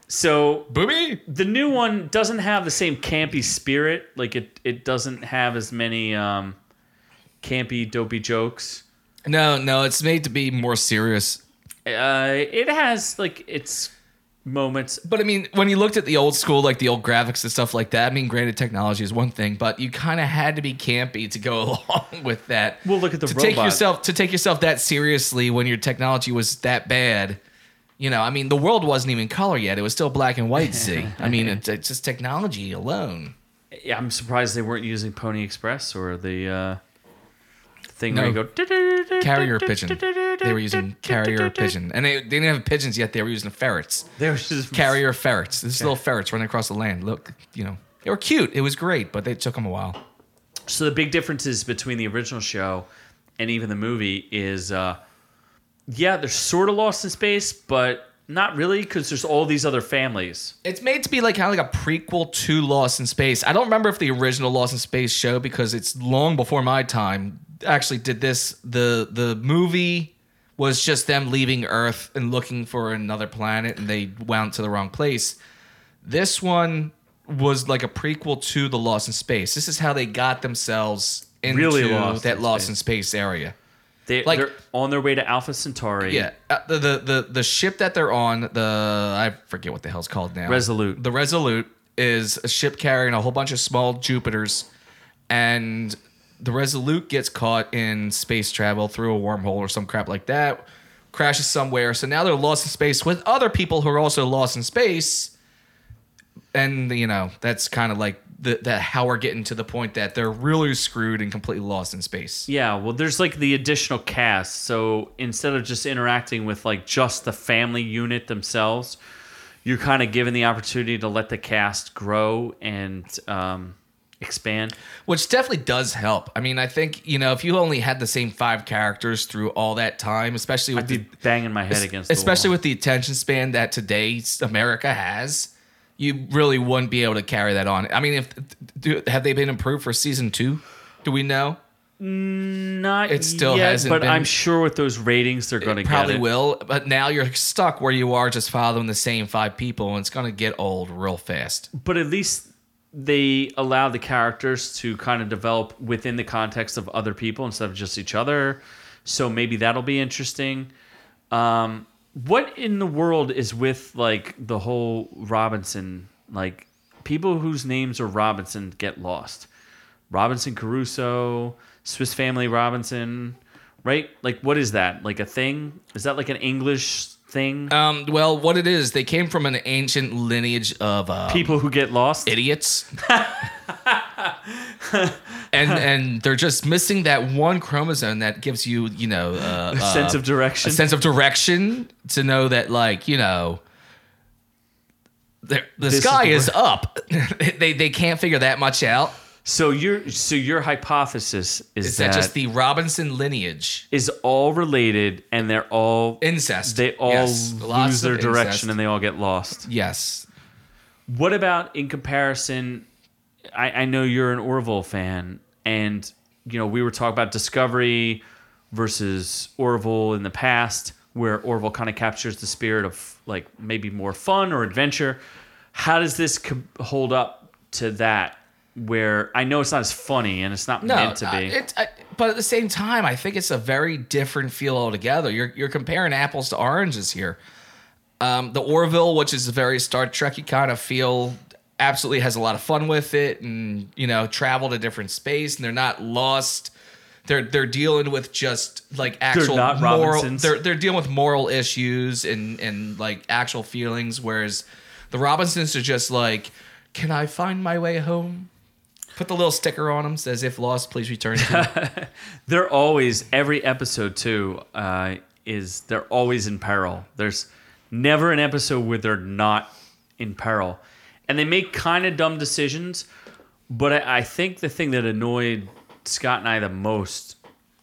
Speaker 1: So
Speaker 5: booby.
Speaker 1: the new one doesn't have the same campy spirit. Like it, it doesn't have as many um, campy, dopey jokes.
Speaker 5: No, no, it's made to be more serious.
Speaker 1: Uh, it has like its moments.
Speaker 5: But I mean, when you looked at the old school, like the old graphics and stuff like that, I mean, granted, technology is one thing, but you kind of had to be campy to go along with that.
Speaker 1: Well, look at the
Speaker 5: to
Speaker 1: robot.
Speaker 5: take yourself to take yourself that seriously when your technology was that bad. You know, I mean, the world wasn't even color yet; it was still black and white. See, I mean, it's, it's just technology alone.
Speaker 1: Yeah, I'm surprised they weren't using Pony Express or the uh, thing where
Speaker 5: No.
Speaker 1: you go.
Speaker 5: Carrier pigeon. They were using carrier pigeon, and they, they didn't have pigeons yet. They were using ferrets.
Speaker 1: They were just
Speaker 5: Carrier ferrets. This little ferrets running across the land. Look, you know, they were cute. It was great, but it took them a while.
Speaker 1: So the big differences between the original show and even the movie is, uh, yeah, they're sort of lost in space, but not really because there's all these other families.
Speaker 5: It's made to be like kind of like a prequel to Lost in Space. I don't remember if the original Lost in Space show because it's long before my time actually did this. The the movie was just them leaving Earth and looking for another planet and they wound to the wrong place. This one was like a prequel to the Lost in Space. This is how they got themselves into
Speaker 1: Really lost
Speaker 5: that
Speaker 1: in
Speaker 5: Lost
Speaker 1: space.
Speaker 5: in Space area.
Speaker 1: They,
Speaker 5: Like-
Speaker 1: they're on their way to Alpha Centauri.
Speaker 5: Yeah, uh, the, the the the ship that they're on, the I forget what the hell's called now.
Speaker 1: Resolute.
Speaker 5: The Resolute is a ship carrying a whole bunch of small Jupiters, and the Resolute gets caught in space travel through a wormhole or some crap like that, crashes somewhere. So now they're lost in space with other people who are also lost in space, and you know that's kind of like the, the how we're getting to the point that they're really screwed and completely lost in space.
Speaker 1: Yeah, well, there's like the additional cast. So instead of just interacting with like just the family unit themselves, you're kind of given the opportunity to let the cast grow and um, expand.
Speaker 5: which definitely does help. I mean, I think you know if you only had the same five characters through all that time, especially with
Speaker 1: I'd
Speaker 5: the,
Speaker 1: be banging my head against the
Speaker 5: especially
Speaker 1: wall.
Speaker 5: with the attention span that today's America has, you really wouldn't be able to carry that on. I mean, if do, have they been improved for season two? Do we know?
Speaker 1: Not
Speaker 5: it still
Speaker 1: yet,
Speaker 5: hasn't
Speaker 1: but
Speaker 5: been-
Speaker 1: I'm sure with those ratings they're going to
Speaker 5: It
Speaker 1: get
Speaker 5: probably
Speaker 1: it.
Speaker 5: will, but now you're stuck where you are, just following the same five people, and it's gonna get old real fast.
Speaker 1: but at least they allow the characters to kind of develop within the context of other people instead of just each other. So maybe that'll be interesting. Um, what in the world is with like the whole Robinson? Like people whose names are Robinson get lost. Robinson Crusoe, Swiss Family Robinson, right? Like what is that? Like a thing? Is that like an English thing?
Speaker 5: Um, well, what it is, they came from an ancient lineage of uh,
Speaker 1: people who get lost.
Speaker 5: idiots. and and they're just missing that one chromosome that gives you, you know, uh, a,
Speaker 1: sense of direction.
Speaker 5: a sense of direction to know that, like, you know, the, the
Speaker 1: is
Speaker 5: sky
Speaker 1: the
Speaker 5: is, up. they they can't figure that much out.
Speaker 1: So your so your hypothesis is,
Speaker 5: Is
Speaker 1: that,
Speaker 5: that, just the Robinson lineage?
Speaker 1: is all related and they're all
Speaker 5: Incest.
Speaker 1: they all
Speaker 5: Yes. Lots
Speaker 1: lose their
Speaker 5: of
Speaker 1: direction
Speaker 5: incest.
Speaker 1: and they all get lost.
Speaker 5: Yes.
Speaker 1: What about in comparison? I, I know you're an Orville fan, and you know we were talking about Discovery versus Orville in the past, where Orville kind of captures the spirit of like maybe more fun or adventure. How does this co- hold up to that? Where I know it's not as funny and it's not meant to
Speaker 5: uh,
Speaker 1: be.
Speaker 5: It, I, but at the same time, I think it's a very different feel altogether. You're you're comparing apples to oranges here. Um, the Orville, which is a very Star Trekky kind of feel, absolutely has a lot of fun with it, and you know, travel to different space, and they're not lost. They're they're dealing with just like actual
Speaker 1: not
Speaker 5: moral.
Speaker 1: Robinsons.
Speaker 5: They're they're dealing with moral issues and and like actual feelings, whereas the Robinsons are just like, can I find my way home? Put the little sticker on them says if lost, please return. To.
Speaker 1: they're always every episode too uh, is they're always in peril there's never an episode where they're not in peril and they make kind of dumb decisions but I, I think the thing that annoyed scott and i the most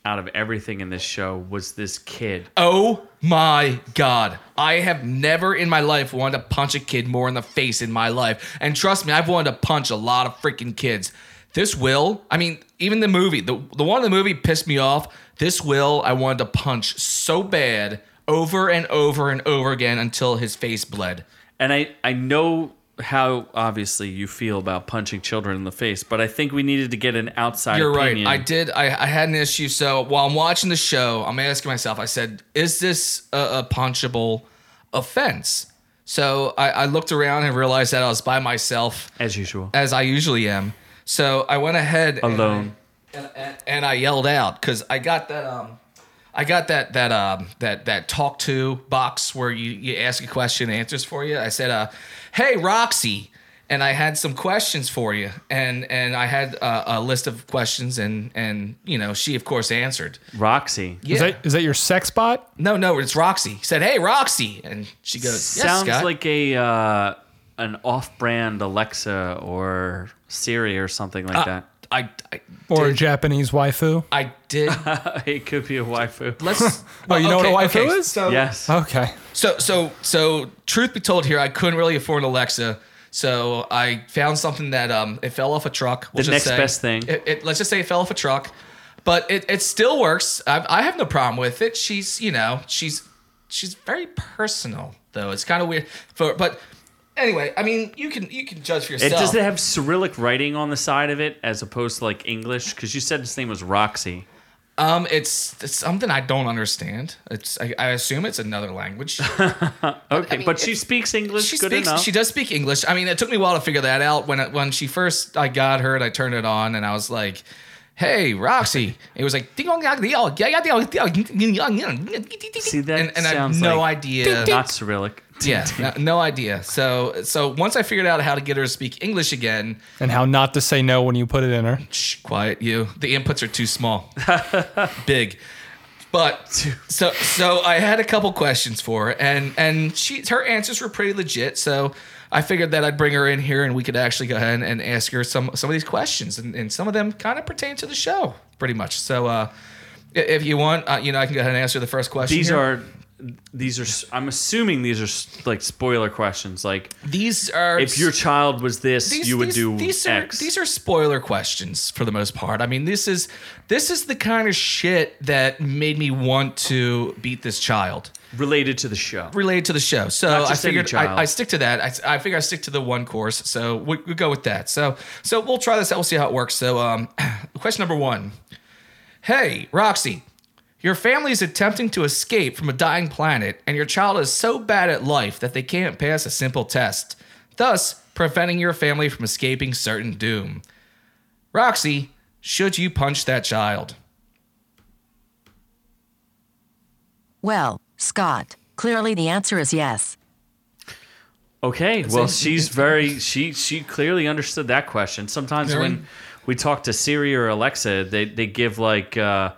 Speaker 1: out of everything in this show was this kid
Speaker 5: oh my god. I have never in my life wanted to punch a kid more in the face in my life. And trust me, I've wanted to punch a lot of freaking kids. This will, I mean, even the movie, the, the one in the movie pissed me off. This will, I wanted to punch so bad over and over and over again until his face bled.
Speaker 1: and I, I know how obviously you feel about punching children in the face but i think we needed to get an outside
Speaker 5: You're
Speaker 1: opinion.
Speaker 5: right. I did. I, I had an issue. So while I'm watching the show, I'm asking myself. I said, "Is this a, a punchable offense?" So I, I looked around and realized that I was by myself,
Speaker 1: as usual
Speaker 5: as I usually am. So I went ahead and I-
Speaker 1: Alone.
Speaker 5: and, and, and I yelled out because I got that um, I got that that um that that talk to box where you you ask a question, it answers for you. I said, uh, "Hey Roxy," and I had some questions for you, and and I had uh, a list of questions, and and you know she of course answered.
Speaker 1: Roxy.
Speaker 5: Yeah.
Speaker 4: Is that is that your sex bot?
Speaker 5: no, no, it's Roxy. He said, "Hey Roxy," and she goes, yes,
Speaker 1: Sounds
Speaker 5: Scott."
Speaker 1: like a uh, an off-brand Alexa or Siri or something like that.
Speaker 5: I." I
Speaker 4: Or a
Speaker 5: did,
Speaker 4: Japanese waifu?
Speaker 5: I did.
Speaker 1: it could be a waifu.
Speaker 5: Let's.
Speaker 4: Oh, you know what a
Speaker 5: okay,
Speaker 4: waifu
Speaker 5: okay,
Speaker 4: is?
Speaker 5: So,
Speaker 1: Yes.
Speaker 4: Okay.
Speaker 5: So so so truth be told here, I couldn't really afford an Alexa. So I found something that um it fell off a truck. We'll
Speaker 1: The
Speaker 5: just
Speaker 1: next
Speaker 5: say.
Speaker 1: best thing.
Speaker 5: It, it- let's just say it fell off a truck, but it, it still works. I, I have no problem with it. She's you know she's she's very personal though. It's kind of weird for but anyway. I mean you can you can judge for
Speaker 1: It
Speaker 5: yourself.
Speaker 1: does it have Cyrillic writing on the side of it as opposed to like English? Because you said his name was Roxy.
Speaker 5: Um, it's, it's something I don't understand. It's I, I assume it's another language.
Speaker 1: Okay, but she speaks English
Speaker 5: she
Speaker 1: good
Speaker 5: speaks.
Speaker 1: enough.
Speaker 5: She does speak English. I mean, it took me a while to figure that out. When I, when she first, I got her and I turned it on and I was like, "Hey, Roxy!" It was like ding dong dong dong dong dong.
Speaker 1: See, that
Speaker 5: and, and I have
Speaker 1: sounds
Speaker 5: no
Speaker 1: like-
Speaker 5: idea.
Speaker 1: Not Cyrillic.
Speaker 5: yeah, no, no idea. So so once I figured out how to get her to speak English again,
Speaker 4: And how not to say no when you put it in her.
Speaker 5: shh, quiet you. The inputs are too small, big. But so so I had a couple questions for her, and and she her answers were pretty legit. So I figured that I'd bring her in here, and we could actually go ahead and ask her some some of these questions, and, and some of them kind of pertain to the show, pretty much. So uh, i- if you want, uh, you know, I can go ahead and answer the first question.
Speaker 1: These
Speaker 5: here.
Speaker 1: are these are. s- I'm assuming these are s- like spoiler questions. Like
Speaker 5: these are
Speaker 1: if your child was this,
Speaker 5: these-
Speaker 1: you would
Speaker 5: these-
Speaker 1: do
Speaker 5: these are
Speaker 1: X.
Speaker 5: these are spoiler questions for the most part. I mean, this is this is the kind of shit that made me want to beat this child
Speaker 1: related to the show.
Speaker 5: related to the show. So
Speaker 1: Not
Speaker 5: I
Speaker 1: just any
Speaker 5: figured
Speaker 1: child.
Speaker 5: I, I stick to that. I, I figure I stick to the one course. So we, we go with that. So so we'll try this out. We'll see how it works. So um, question number one. Hey Roxy, your family is attempting to escape from a dying planet, and your child is so bad at life that they can't pass a simple test, thus preventing your family from escaping certain doom. Roxy, should you punch that child?
Speaker 9: Well, Scott, clearly the answer is yes.
Speaker 1: Okay, well,
Speaker 5: so-
Speaker 1: she's very she she clearly understood that question. Sometimes
Speaker 5: Very-
Speaker 1: when we talk to Siri or Alexa, they they give like uh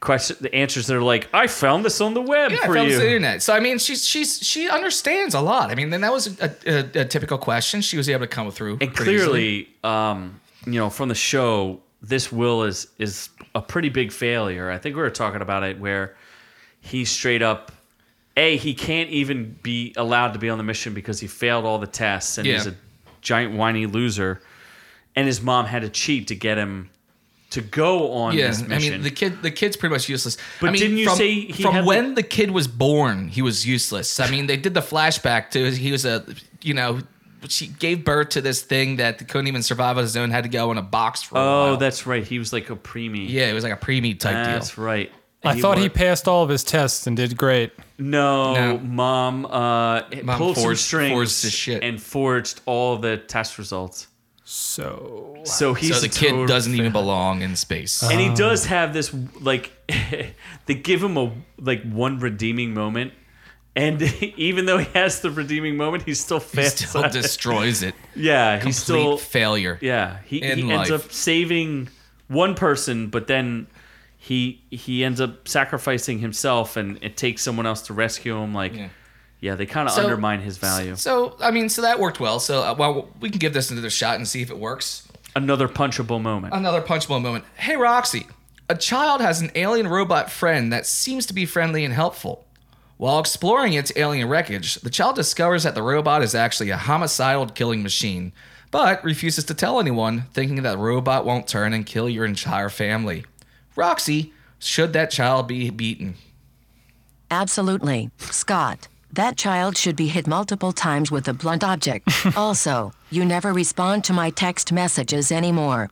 Speaker 1: question the answers that are like, "I found this on the web
Speaker 5: Yeah, I
Speaker 1: for
Speaker 5: found
Speaker 1: you."
Speaker 5: this on the internet. So I mean, she's she's she understands a lot. I mean, then that was a, a, a typical question. She was able to come through.
Speaker 1: and
Speaker 5: pretty easily.
Speaker 1: clearly, um, you know, from the show, this Will is is a pretty big failure. I think we were talking about it where he straight up a he can't even be allowed to be on the mission because he failed all the tests and he's
Speaker 5: Yeah.
Speaker 1: a giant whiny loser. And his mom had to cheat to get him to go on
Speaker 5: yeah.
Speaker 1: this
Speaker 5: I
Speaker 1: mission.
Speaker 5: mean, the kid the kid's pretty much useless.
Speaker 1: But
Speaker 5: I mean,
Speaker 1: didn't you
Speaker 5: from,
Speaker 1: say he
Speaker 5: from
Speaker 1: had the-
Speaker 5: when the kid was born, he was useless? I mean, they did the flashback to he was a you know. She gave birth to this thing that couldn't even survive on his own. Had to go in a box for a
Speaker 1: oh,
Speaker 5: while.
Speaker 1: that's right. He was like a preemie.
Speaker 5: yeah, it was like a preemie type
Speaker 1: that's
Speaker 5: deal.
Speaker 1: right.
Speaker 4: I thought he
Speaker 1: was-
Speaker 4: passed all of his tests and did great.
Speaker 1: No,
Speaker 5: No.
Speaker 1: mom, uh,
Speaker 5: Mom
Speaker 1: pulled some
Speaker 5: forged-
Speaker 1: strings
Speaker 5: forged his shit.
Speaker 1: and forged all the test results.
Speaker 4: So
Speaker 1: So Oh. he's
Speaker 5: So the
Speaker 1: a
Speaker 5: kid
Speaker 1: total
Speaker 5: doesn't Oh. even
Speaker 1: fail.
Speaker 5: belong in space.
Speaker 1: And he does have this like they give him a like one redeeming moment, and even though he has the redeeming moment, he still
Speaker 5: He
Speaker 1: fails.
Speaker 5: still
Speaker 1: at it.
Speaker 5: destroys it.
Speaker 1: yeah, he's
Speaker 5: Complete
Speaker 1: still
Speaker 5: failure.
Speaker 1: yeah. He,
Speaker 5: in
Speaker 1: he ends
Speaker 5: life.
Speaker 1: up saving one person, but then he he ends up sacrificing himself, and it takes someone else to rescue him. Like yeah,
Speaker 5: Yeah.
Speaker 1: they kind of
Speaker 5: So-
Speaker 1: undermine his value.
Speaker 5: So I mean, so that worked well. So uh, well, we can give this another shot and see if it works.
Speaker 1: Another punchable moment.
Speaker 5: Another punchable moment. Hey, Roxy, a child has an alien robot friend that seems to be friendly and helpful. While exploring its alien wreckage, the child discovers that the robot is actually a homicidal killing machine, but refuses to tell anyone, thinking that the robot won't turn and kill your entire family. Roxy, should that child be beaten?
Speaker 9: Absolutely, Scott. That child should be hit multiple times with a blunt object. also, you never respond to my text messages anymore.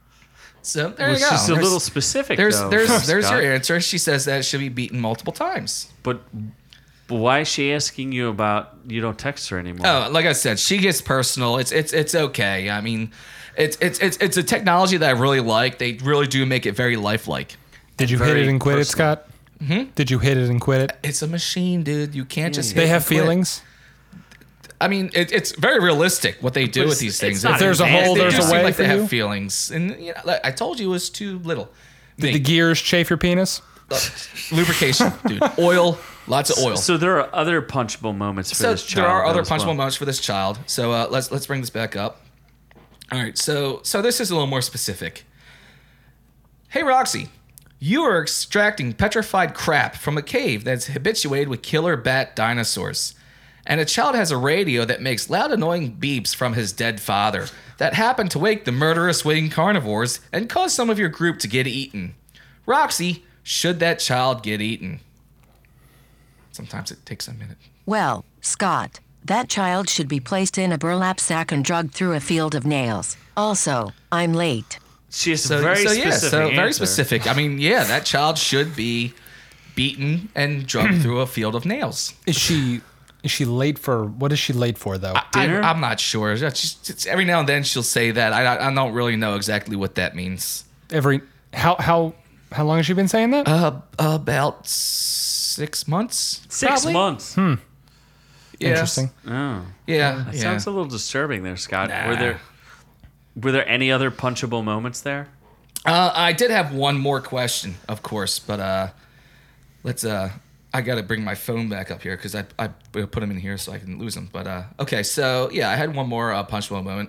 Speaker 5: So there
Speaker 1: Which
Speaker 5: you go.
Speaker 1: is a
Speaker 5: There's-
Speaker 1: little specific.
Speaker 5: There's
Speaker 1: though,
Speaker 5: there's there's
Speaker 1: Scott.
Speaker 5: your answer. She says that it should be beaten multiple times.
Speaker 1: But, but why is she asking you about you don't text her anymore?
Speaker 5: Oh, like I said, she gets personal. It's it's it's okay. I mean, it's it's it's it's a technology that I really like. They really do make it very lifelike.
Speaker 4: did you hit
Speaker 5: Very
Speaker 4: it and quit it,
Speaker 5: personal. Hmm?
Speaker 4: Scott? Did you hit it and quit it?
Speaker 5: It's a machine, dude. You can't just.
Speaker 4: They
Speaker 5: hit
Speaker 4: have
Speaker 5: and quit.
Speaker 4: feelings.
Speaker 5: I mean, it, it's very realistic what they do with these
Speaker 1: it's
Speaker 5: things.
Speaker 1: not
Speaker 5: It's-
Speaker 4: There's a hole.
Speaker 5: they
Speaker 1: There's
Speaker 5: do
Speaker 4: There's a
Speaker 5: seem
Speaker 4: way
Speaker 5: like
Speaker 4: for
Speaker 5: they
Speaker 4: you.
Speaker 5: have feelings, and you know, like I told you, it was too little.
Speaker 4: Did the gears chafe your penis?
Speaker 5: lubrication, dude. Oil, lots of oil. So,
Speaker 1: So there are other punchable moments for this child.
Speaker 5: there are
Speaker 1: though,
Speaker 5: other
Speaker 1: as
Speaker 5: punchable
Speaker 1: well.
Speaker 5: moments for this child. So uh, let's let's bring this back up. All right, so so this is a little more specific. Hey Roxy, you are extracting petrified crap from a cave that's habituated with killer bat dinosaurs. And a child has a radio that makes loud, annoying beeps from his dead father that happen to wake the murderous winged carnivores and cause some of your group to get eaten. Roxy, should that child get eaten? Sometimes it takes a minute.
Speaker 9: Well, Scott, that child should be placed in a burlap sack and dragged through a field of nails. Also, I'm late.
Speaker 1: She has
Speaker 5: So,
Speaker 1: a very
Speaker 5: so
Speaker 1: specific.
Speaker 5: yeah, so very
Speaker 1: answer.
Speaker 5: specific. I mean, yeah, that child should be beaten and drugged through a field of nails.
Speaker 4: Is she is she late for what is she late for though?
Speaker 5: I,
Speaker 1: Dinner?
Speaker 5: I'm not sure. It's just- it's- every now and then she'll say that. I, I- I don't really know exactly what that means.
Speaker 4: Every how how how long has she been saying that?
Speaker 5: Uh, about six months.
Speaker 1: Six
Speaker 5: probably? Hmm.
Speaker 1: months.
Speaker 5: Yeah.
Speaker 4: Interesting.
Speaker 5: Yeah. yeah.
Speaker 1: Sounds a little disturbing there, Scott. Were there were there any other punchable moments there?
Speaker 5: Uh, I did have one more question, of course, but uh, let's. Uh, I got to bring my phone back up here because I, I put them in here so I can lose them. But uh, okay, so yeah, I had one more uh, punchable moment.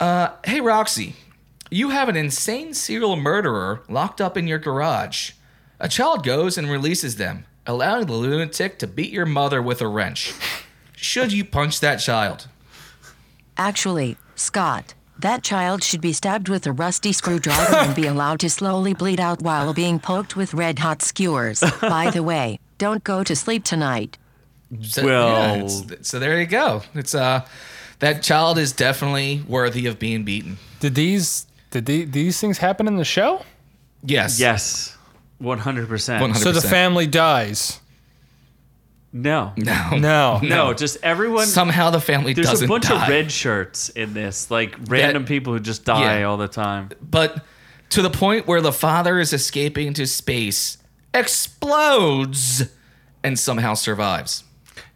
Speaker 5: Uh, hey, Roxy, you have an insane serial murderer locked up in your garage. A child goes and releases them, allowing the lunatic to beat your mother with a wrench. Should you punch that child?
Speaker 9: Actually, Scott, that child should be stabbed with a rusty screwdriver and be allowed to slowly bleed out while being poked with red hot skewers. By the way, don't go to sleep tonight.
Speaker 5: So,
Speaker 1: Well-
Speaker 5: it's- so there you go. It's uh, that child is definitely worthy of being beaten.
Speaker 4: Did these did the, these things happen in the show?
Speaker 5: Yes.
Speaker 1: Yes. One hundred percent.
Speaker 5: 100%.
Speaker 4: So the family dies.
Speaker 1: No.
Speaker 5: No.
Speaker 4: No.
Speaker 1: No, just everyone
Speaker 5: Somehow the family
Speaker 1: there's
Speaker 5: doesn't
Speaker 1: a bunch
Speaker 5: die.
Speaker 1: of red shirts in this, like random people who just die
Speaker 5: Yeah.
Speaker 1: all the time.
Speaker 5: but to the point where the father is escaping into space, explodes, and somehow survives.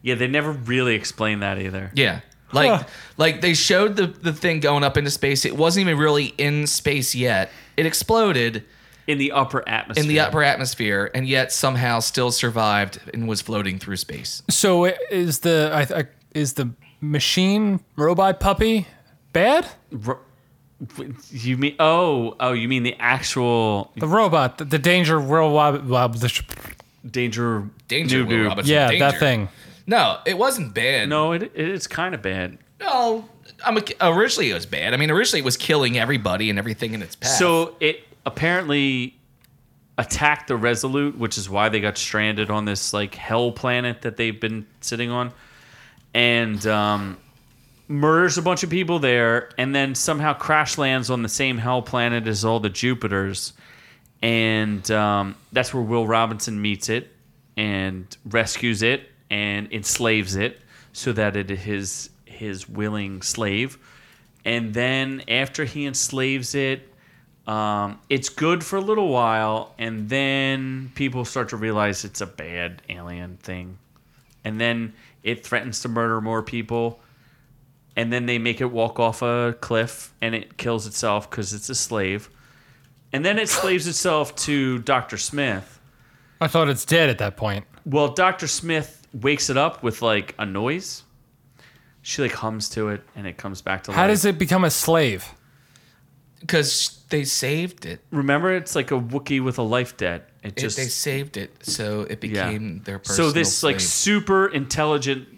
Speaker 1: Yeah, they never really explain that either.
Speaker 5: Yeah. Like
Speaker 4: Huh.
Speaker 5: like they showed the, the thing going up into space. It wasn't even really in space yet. It exploded
Speaker 1: In the upper atmosphere.
Speaker 5: in the upper atmosphere and yet somehow still survived and was floating through space.
Speaker 4: So i- is the I, I, is the machine robot puppy bad?
Speaker 1: You mean oh oh you mean the actual
Speaker 4: The robot, the, the danger world robot.
Speaker 1: danger
Speaker 5: Danger,
Speaker 1: noob
Speaker 5: Will
Speaker 1: noob.
Speaker 5: Robinson,
Speaker 4: Yeah,
Speaker 5: danger.
Speaker 4: that thing.
Speaker 5: No, it wasn't bad.
Speaker 1: No, it it's kind of bad.
Speaker 5: Well, I'm a, originally it was bad. I mean, originally it was killing everybody and everything in its path.
Speaker 1: So it apparently attacked the Resolute, which is why they got stranded on this like hell planet that they've been sitting on, and um, murders a bunch of people there, and then somehow crash lands on the same hell planet as all the Jupiters, and um, that's where Will Robinson meets it and rescues it and enslaves it so that it is his his willing slave. And then after he enslaves it, um, it's good for a little while, and then people start to realize it's a bad alien thing. And then it threatens to murder more people. And then they make it walk off a cliff and it kills itself because it's a slave. And then it slaves itself to Dr. Smith.
Speaker 4: I thought it's dead at that point.
Speaker 1: Well, Dr. Smith wakes it up with like a noise. She like hums to it and it comes back to life.
Speaker 4: How does it become a slave?
Speaker 5: because they saved it,
Speaker 1: Remember, it's like a Wookiee with a life debt. It
Speaker 5: It-
Speaker 1: just
Speaker 5: they saved it, so it became their personal.
Speaker 1: so this like
Speaker 5: slave.
Speaker 1: super intelligent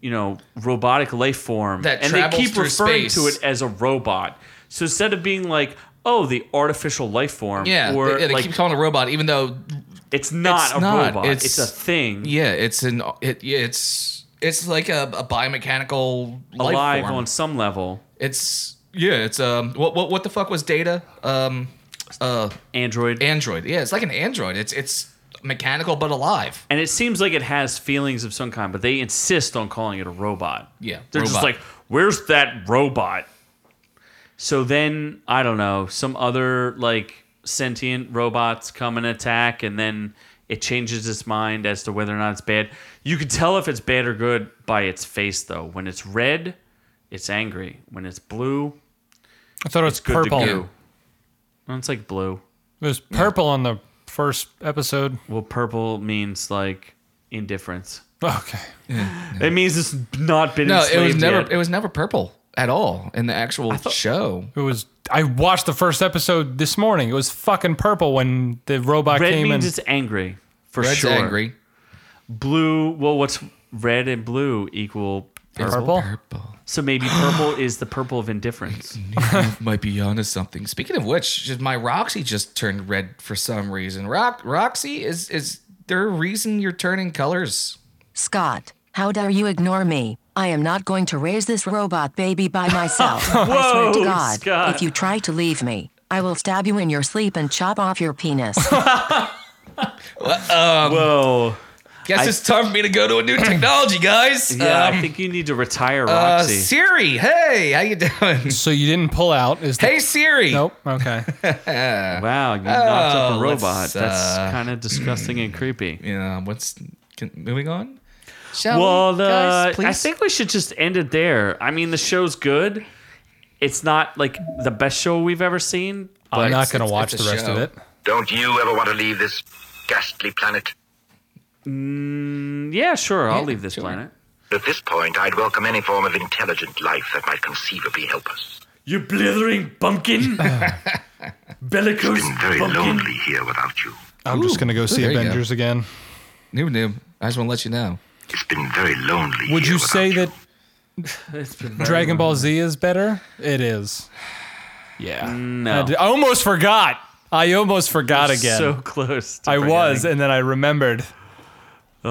Speaker 1: you know robotic life form
Speaker 5: That
Speaker 1: and they
Speaker 5: travels
Speaker 1: keep
Speaker 5: through
Speaker 1: referring to
Speaker 5: space.
Speaker 1: it as a robot so instead of being like oh the artificial life form
Speaker 5: yeah,
Speaker 1: or
Speaker 5: they, yeah, they
Speaker 1: like
Speaker 5: keep calling it a robot, even though
Speaker 1: it's not
Speaker 5: It's
Speaker 1: a
Speaker 5: not.
Speaker 1: robot it's,
Speaker 5: It's-
Speaker 1: a thing
Speaker 5: yeah, it's an it yeah, it's it's like a, a biomechanical life
Speaker 1: alive
Speaker 5: form.
Speaker 1: on some level
Speaker 5: It's yeah, it's um what what what the fuck was Data um uh
Speaker 1: android
Speaker 5: android yeah, it's like an android. It's it's mechanical but alive.
Speaker 1: and it seems like it has feelings of some kind but they insist on calling it a robot
Speaker 5: Yeah,
Speaker 1: they're just
Speaker 5: robot.
Speaker 1: like where's that robot so then i don't know some other like sentient robots come and attack, and then it changes its mind as to whether or not it's bad. You can tell if it's bad or good by its face, though. When it's red, it's angry. When it's blue,
Speaker 4: I thought it was
Speaker 1: it's good
Speaker 4: purple.
Speaker 1: to
Speaker 4: It
Speaker 1: go. Well, It's like blue.
Speaker 4: was purple on the first episode.
Speaker 1: Well, purple means like indifference.
Speaker 4: Okay.
Speaker 1: It means it's not been
Speaker 5: No, it
Speaker 1: enslaved
Speaker 5: was never.
Speaker 1: yet.
Speaker 5: It was never purple at all in the actual show.
Speaker 4: It was. I watched the first episode this morning. It was fucking purple when the robot
Speaker 1: red
Speaker 4: came
Speaker 1: means
Speaker 4: and
Speaker 1: it's angry for
Speaker 5: Red's
Speaker 1: sure.
Speaker 5: angry.
Speaker 1: Blue. Well, what's red and blue equal?
Speaker 4: purple.
Speaker 5: Purple.
Speaker 1: So maybe purple is the purple of indifference.
Speaker 5: Might be onto something. Speaking of which, just- my Roxy just turned red for some reason. Rock Roxy is is there a reason you're turning colors?
Speaker 9: Scott, how dare you ignore me? I am not going to raise this robot baby by myself. I swear
Speaker 1: Whoa,
Speaker 9: to God,
Speaker 1: Scott.
Speaker 9: if you try to leave me, I will stab you in your sleep and chop off your penis.
Speaker 1: Um, Whoa.
Speaker 5: Guess it's time for me to go to a new technology, guys.
Speaker 1: Yeah, I
Speaker 5: Um,
Speaker 1: think you need to retire,
Speaker 5: uh,
Speaker 1: Roxy.
Speaker 5: Siri, hey, how you doing?
Speaker 4: So you didn't pull out. Is the,
Speaker 5: Hey Siri.
Speaker 4: Nope. Okay.
Speaker 1: wow, you knocked up a
Speaker 5: Oh,
Speaker 1: robot.
Speaker 5: let's,
Speaker 1: That's
Speaker 5: uh,
Speaker 1: kind of disgusting and creepy.
Speaker 5: Yeah, what's can, moving on? Shall
Speaker 1: Well,
Speaker 5: we,
Speaker 1: the,
Speaker 5: guys,
Speaker 1: I
Speaker 5: please?
Speaker 1: think we should just end it there. I mean, the show's good. It's not like the best show we've ever seen.
Speaker 4: I'm not
Speaker 5: it's-
Speaker 4: gonna
Speaker 5: it's-
Speaker 4: watch
Speaker 5: it's
Speaker 4: the
Speaker 5: a
Speaker 4: rest of
Speaker 5: show.
Speaker 4: it.
Speaker 8: Don't you ever want to leave this ghastly planet?
Speaker 1: Yeah, sure. I'll
Speaker 5: Yeah,
Speaker 1: leave this
Speaker 5: sure.
Speaker 1: planet.
Speaker 8: At this point, I'd welcome any form of intelligent life that might conceivably help us.
Speaker 1: You blithering bumpkin. Bellicose
Speaker 8: Been very lonely here without you.
Speaker 4: I'm
Speaker 5: Ooh,
Speaker 4: just gonna go
Speaker 5: ooh,
Speaker 4: see
Speaker 5: there you go.
Speaker 4: Avengers again.
Speaker 5: Noob noob. I just want to let you know.
Speaker 8: It's been very lonely.
Speaker 4: Would
Speaker 8: here
Speaker 4: you
Speaker 8: without
Speaker 4: say that
Speaker 1: It's been very
Speaker 4: Dragon Ball Z is better? It is. Yeah. I,
Speaker 1: No.
Speaker 4: d- I almost forgot. I almost forgot again.
Speaker 1: So close. To
Speaker 4: I was,
Speaker 1: forgetting.
Speaker 4: and then I remembered.
Speaker 1: Uh,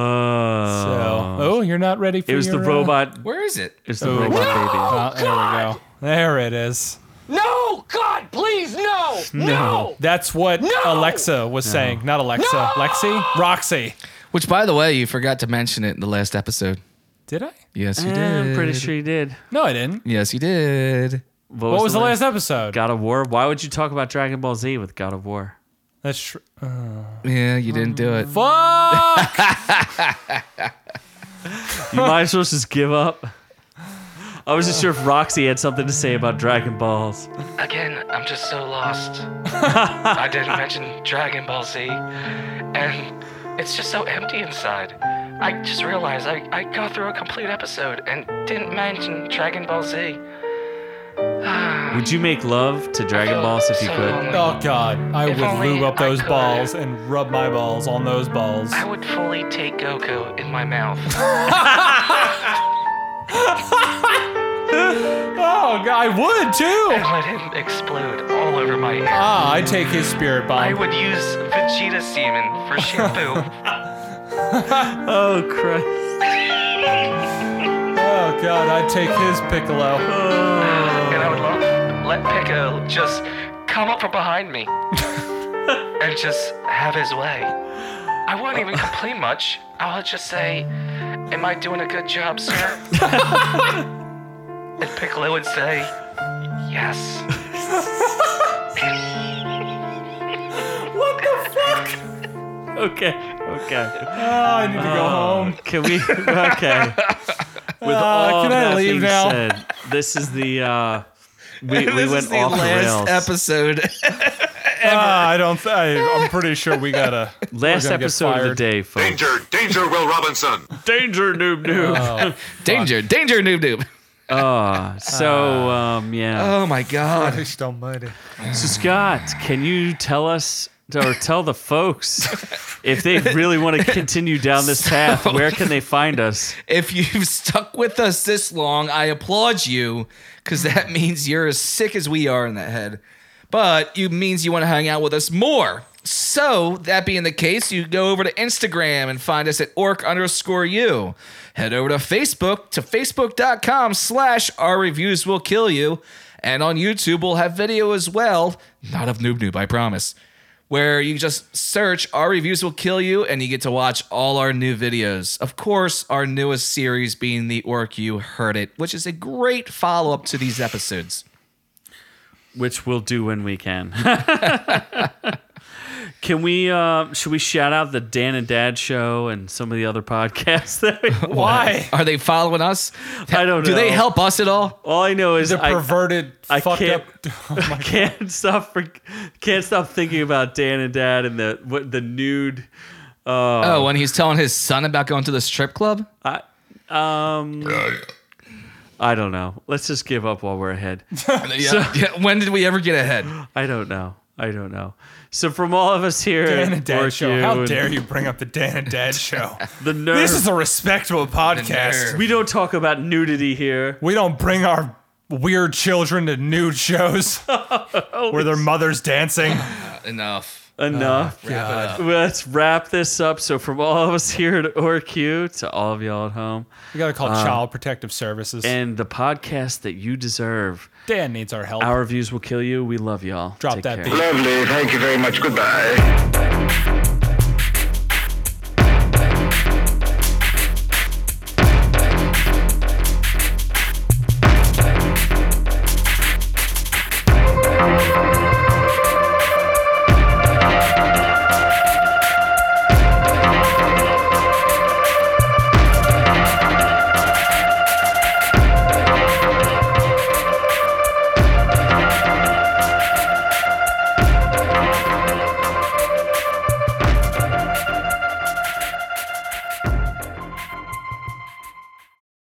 Speaker 4: So, oh, you're not ready for
Speaker 1: it was the
Speaker 4: your, uh,
Speaker 1: robot.
Speaker 5: Where is it?
Speaker 1: It's the robot
Speaker 4: Oh, there we go. There it is.
Speaker 2: No, God, please, no, no.
Speaker 4: That's what Alexa was saying. Not Alexa. Lexi? Roxy.
Speaker 5: Which, by the way, you forgot to mention it in the last episode.
Speaker 4: Did I?
Speaker 5: Yes, you
Speaker 1: baby. Yeah,
Speaker 5: did.
Speaker 1: I'm pretty sure you did.
Speaker 4: No, I didn't.
Speaker 5: Yes, you did.
Speaker 4: What was the last episode?
Speaker 1: God of War? Why would you talk about Dragon Ball Z with God of War?
Speaker 4: That's tr- uh,
Speaker 5: Yeah, you didn't do it.
Speaker 4: Fuck!
Speaker 1: You might as well just give up. I wasn't sure if Roxy had something to say about Dragon Balls.
Speaker 10: Again, I'm just so lost. I didn't mention Dragon Ball Z, and it's just so empty inside. I just realized I, I got through a complete episode and didn't mention Dragon Ball Z.
Speaker 1: Would you make love to Dragon Balls if you
Speaker 10: So
Speaker 1: could?
Speaker 10: lonely.
Speaker 4: Oh, God. I
Speaker 10: If
Speaker 4: would
Speaker 10: only
Speaker 4: lube up
Speaker 10: I
Speaker 4: those
Speaker 10: could.
Speaker 4: balls and rub my balls on those balls.
Speaker 10: I would fully take Goku in my mouth.
Speaker 4: Oh, God, I would
Speaker 10: and
Speaker 4: too.
Speaker 10: let him explode all over my hair.
Speaker 4: Ah, I'd take his spirit bomb.
Speaker 10: I would use Vegeta semen for shampoo.
Speaker 1: Oh Christ!
Speaker 4: Oh, God, I'd take his piccolo.
Speaker 10: And I would love let Piccolo just come up from behind me and just have his way. I wouldn't even complain much. I would just say, Am I doing a good job, sir? and Piccolo would say, Yes.
Speaker 1: Okay, okay.
Speaker 4: Oh, I need to
Speaker 1: Ah.
Speaker 4: go home.
Speaker 1: Can we? Okay. With all
Speaker 4: Uh, can I
Speaker 1: that
Speaker 4: leave
Speaker 1: being
Speaker 4: now?
Speaker 1: said, this is the uh, we, we
Speaker 5: this
Speaker 1: went
Speaker 5: is the
Speaker 1: off
Speaker 5: last
Speaker 1: the rails.
Speaker 5: episode.
Speaker 4: Ah, I don't. Th- I, I'm pretty sure we gotta.
Speaker 1: Last
Speaker 4: gonna get
Speaker 1: episode of the
Speaker 4: fired.
Speaker 1: day, folks.
Speaker 8: Danger, danger, Will Robinson.
Speaker 1: Danger, noob,
Speaker 4: Uh,
Speaker 1: noob.
Speaker 5: danger, danger, noob noob.
Speaker 1: Ah, so,
Speaker 4: Ah.
Speaker 1: um, yeah.
Speaker 5: Oh my God.
Speaker 1: So, Scott, can you tell us or tell the folks if they really want to continue down this path? Where can they find us?
Speaker 5: If you've stuck with us this long, I applaud you because that means you're as sick as we are in the head. But it means you want to hang out with us more. So, that being the case, you go over to Instagram and find us at orc underscore you. Head over to Facebook to facebook.com slash our reviews will kill you. And on YouTube, we'll have video as well. Not of Noob Noob, I promise where you just search Our Reviews Will Kill You and you get to watch all our new videos. Of course, our newest series being The Orc You Heard It, which is a great follow up to these episodes.
Speaker 1: which we'll do when we can. can we? Uh, should we shout out the Dan and Dad show and some of the other podcasts? That we,
Speaker 4: Why?
Speaker 5: Are they following us?
Speaker 1: I don't
Speaker 5: Do they
Speaker 1: know.
Speaker 5: help us at all?
Speaker 1: all I know is
Speaker 4: The
Speaker 1: I
Speaker 4: perverted,
Speaker 1: I
Speaker 4: fucked
Speaker 1: can't-
Speaker 4: up. Oh my God.
Speaker 1: can't stop for, can't stop thinking about Dan and Dad and the what the nude.
Speaker 5: Oh, when he's telling his son about going to the strip club?
Speaker 1: I don't know. Let's just give up while we're ahead.
Speaker 5: Yeah. Yeah, When did we ever get ahead?
Speaker 1: I don't know. I don't know. So from all of us here,
Speaker 4: Dan
Speaker 1: at
Speaker 4: and Dad
Speaker 1: Dork
Speaker 4: show. How
Speaker 1: and
Speaker 4: dare you bring up the Dan and Dad show?
Speaker 1: The nerve.
Speaker 4: this is a respectable podcast.
Speaker 5: nerve.
Speaker 1: we don't talk about nudity here.
Speaker 4: We don't bring our weird children to nude shows
Speaker 1: Oh,
Speaker 4: where their mother's dancing.
Speaker 5: Enough.
Speaker 1: Enough.
Speaker 4: Oh,
Speaker 1: Let's wrap this up. So from all of us here at OrQ to all of y'all at home
Speaker 4: We gotta call Child Protective Services.
Speaker 1: Uh, and the podcast that you deserve.
Speaker 4: Dan needs our help.
Speaker 1: Our views will kill you. We love y'all.
Speaker 4: Drop
Speaker 1: Take
Speaker 4: that
Speaker 1: care.
Speaker 4: beat.
Speaker 8: Lovely. Thank you very much. Goodbye.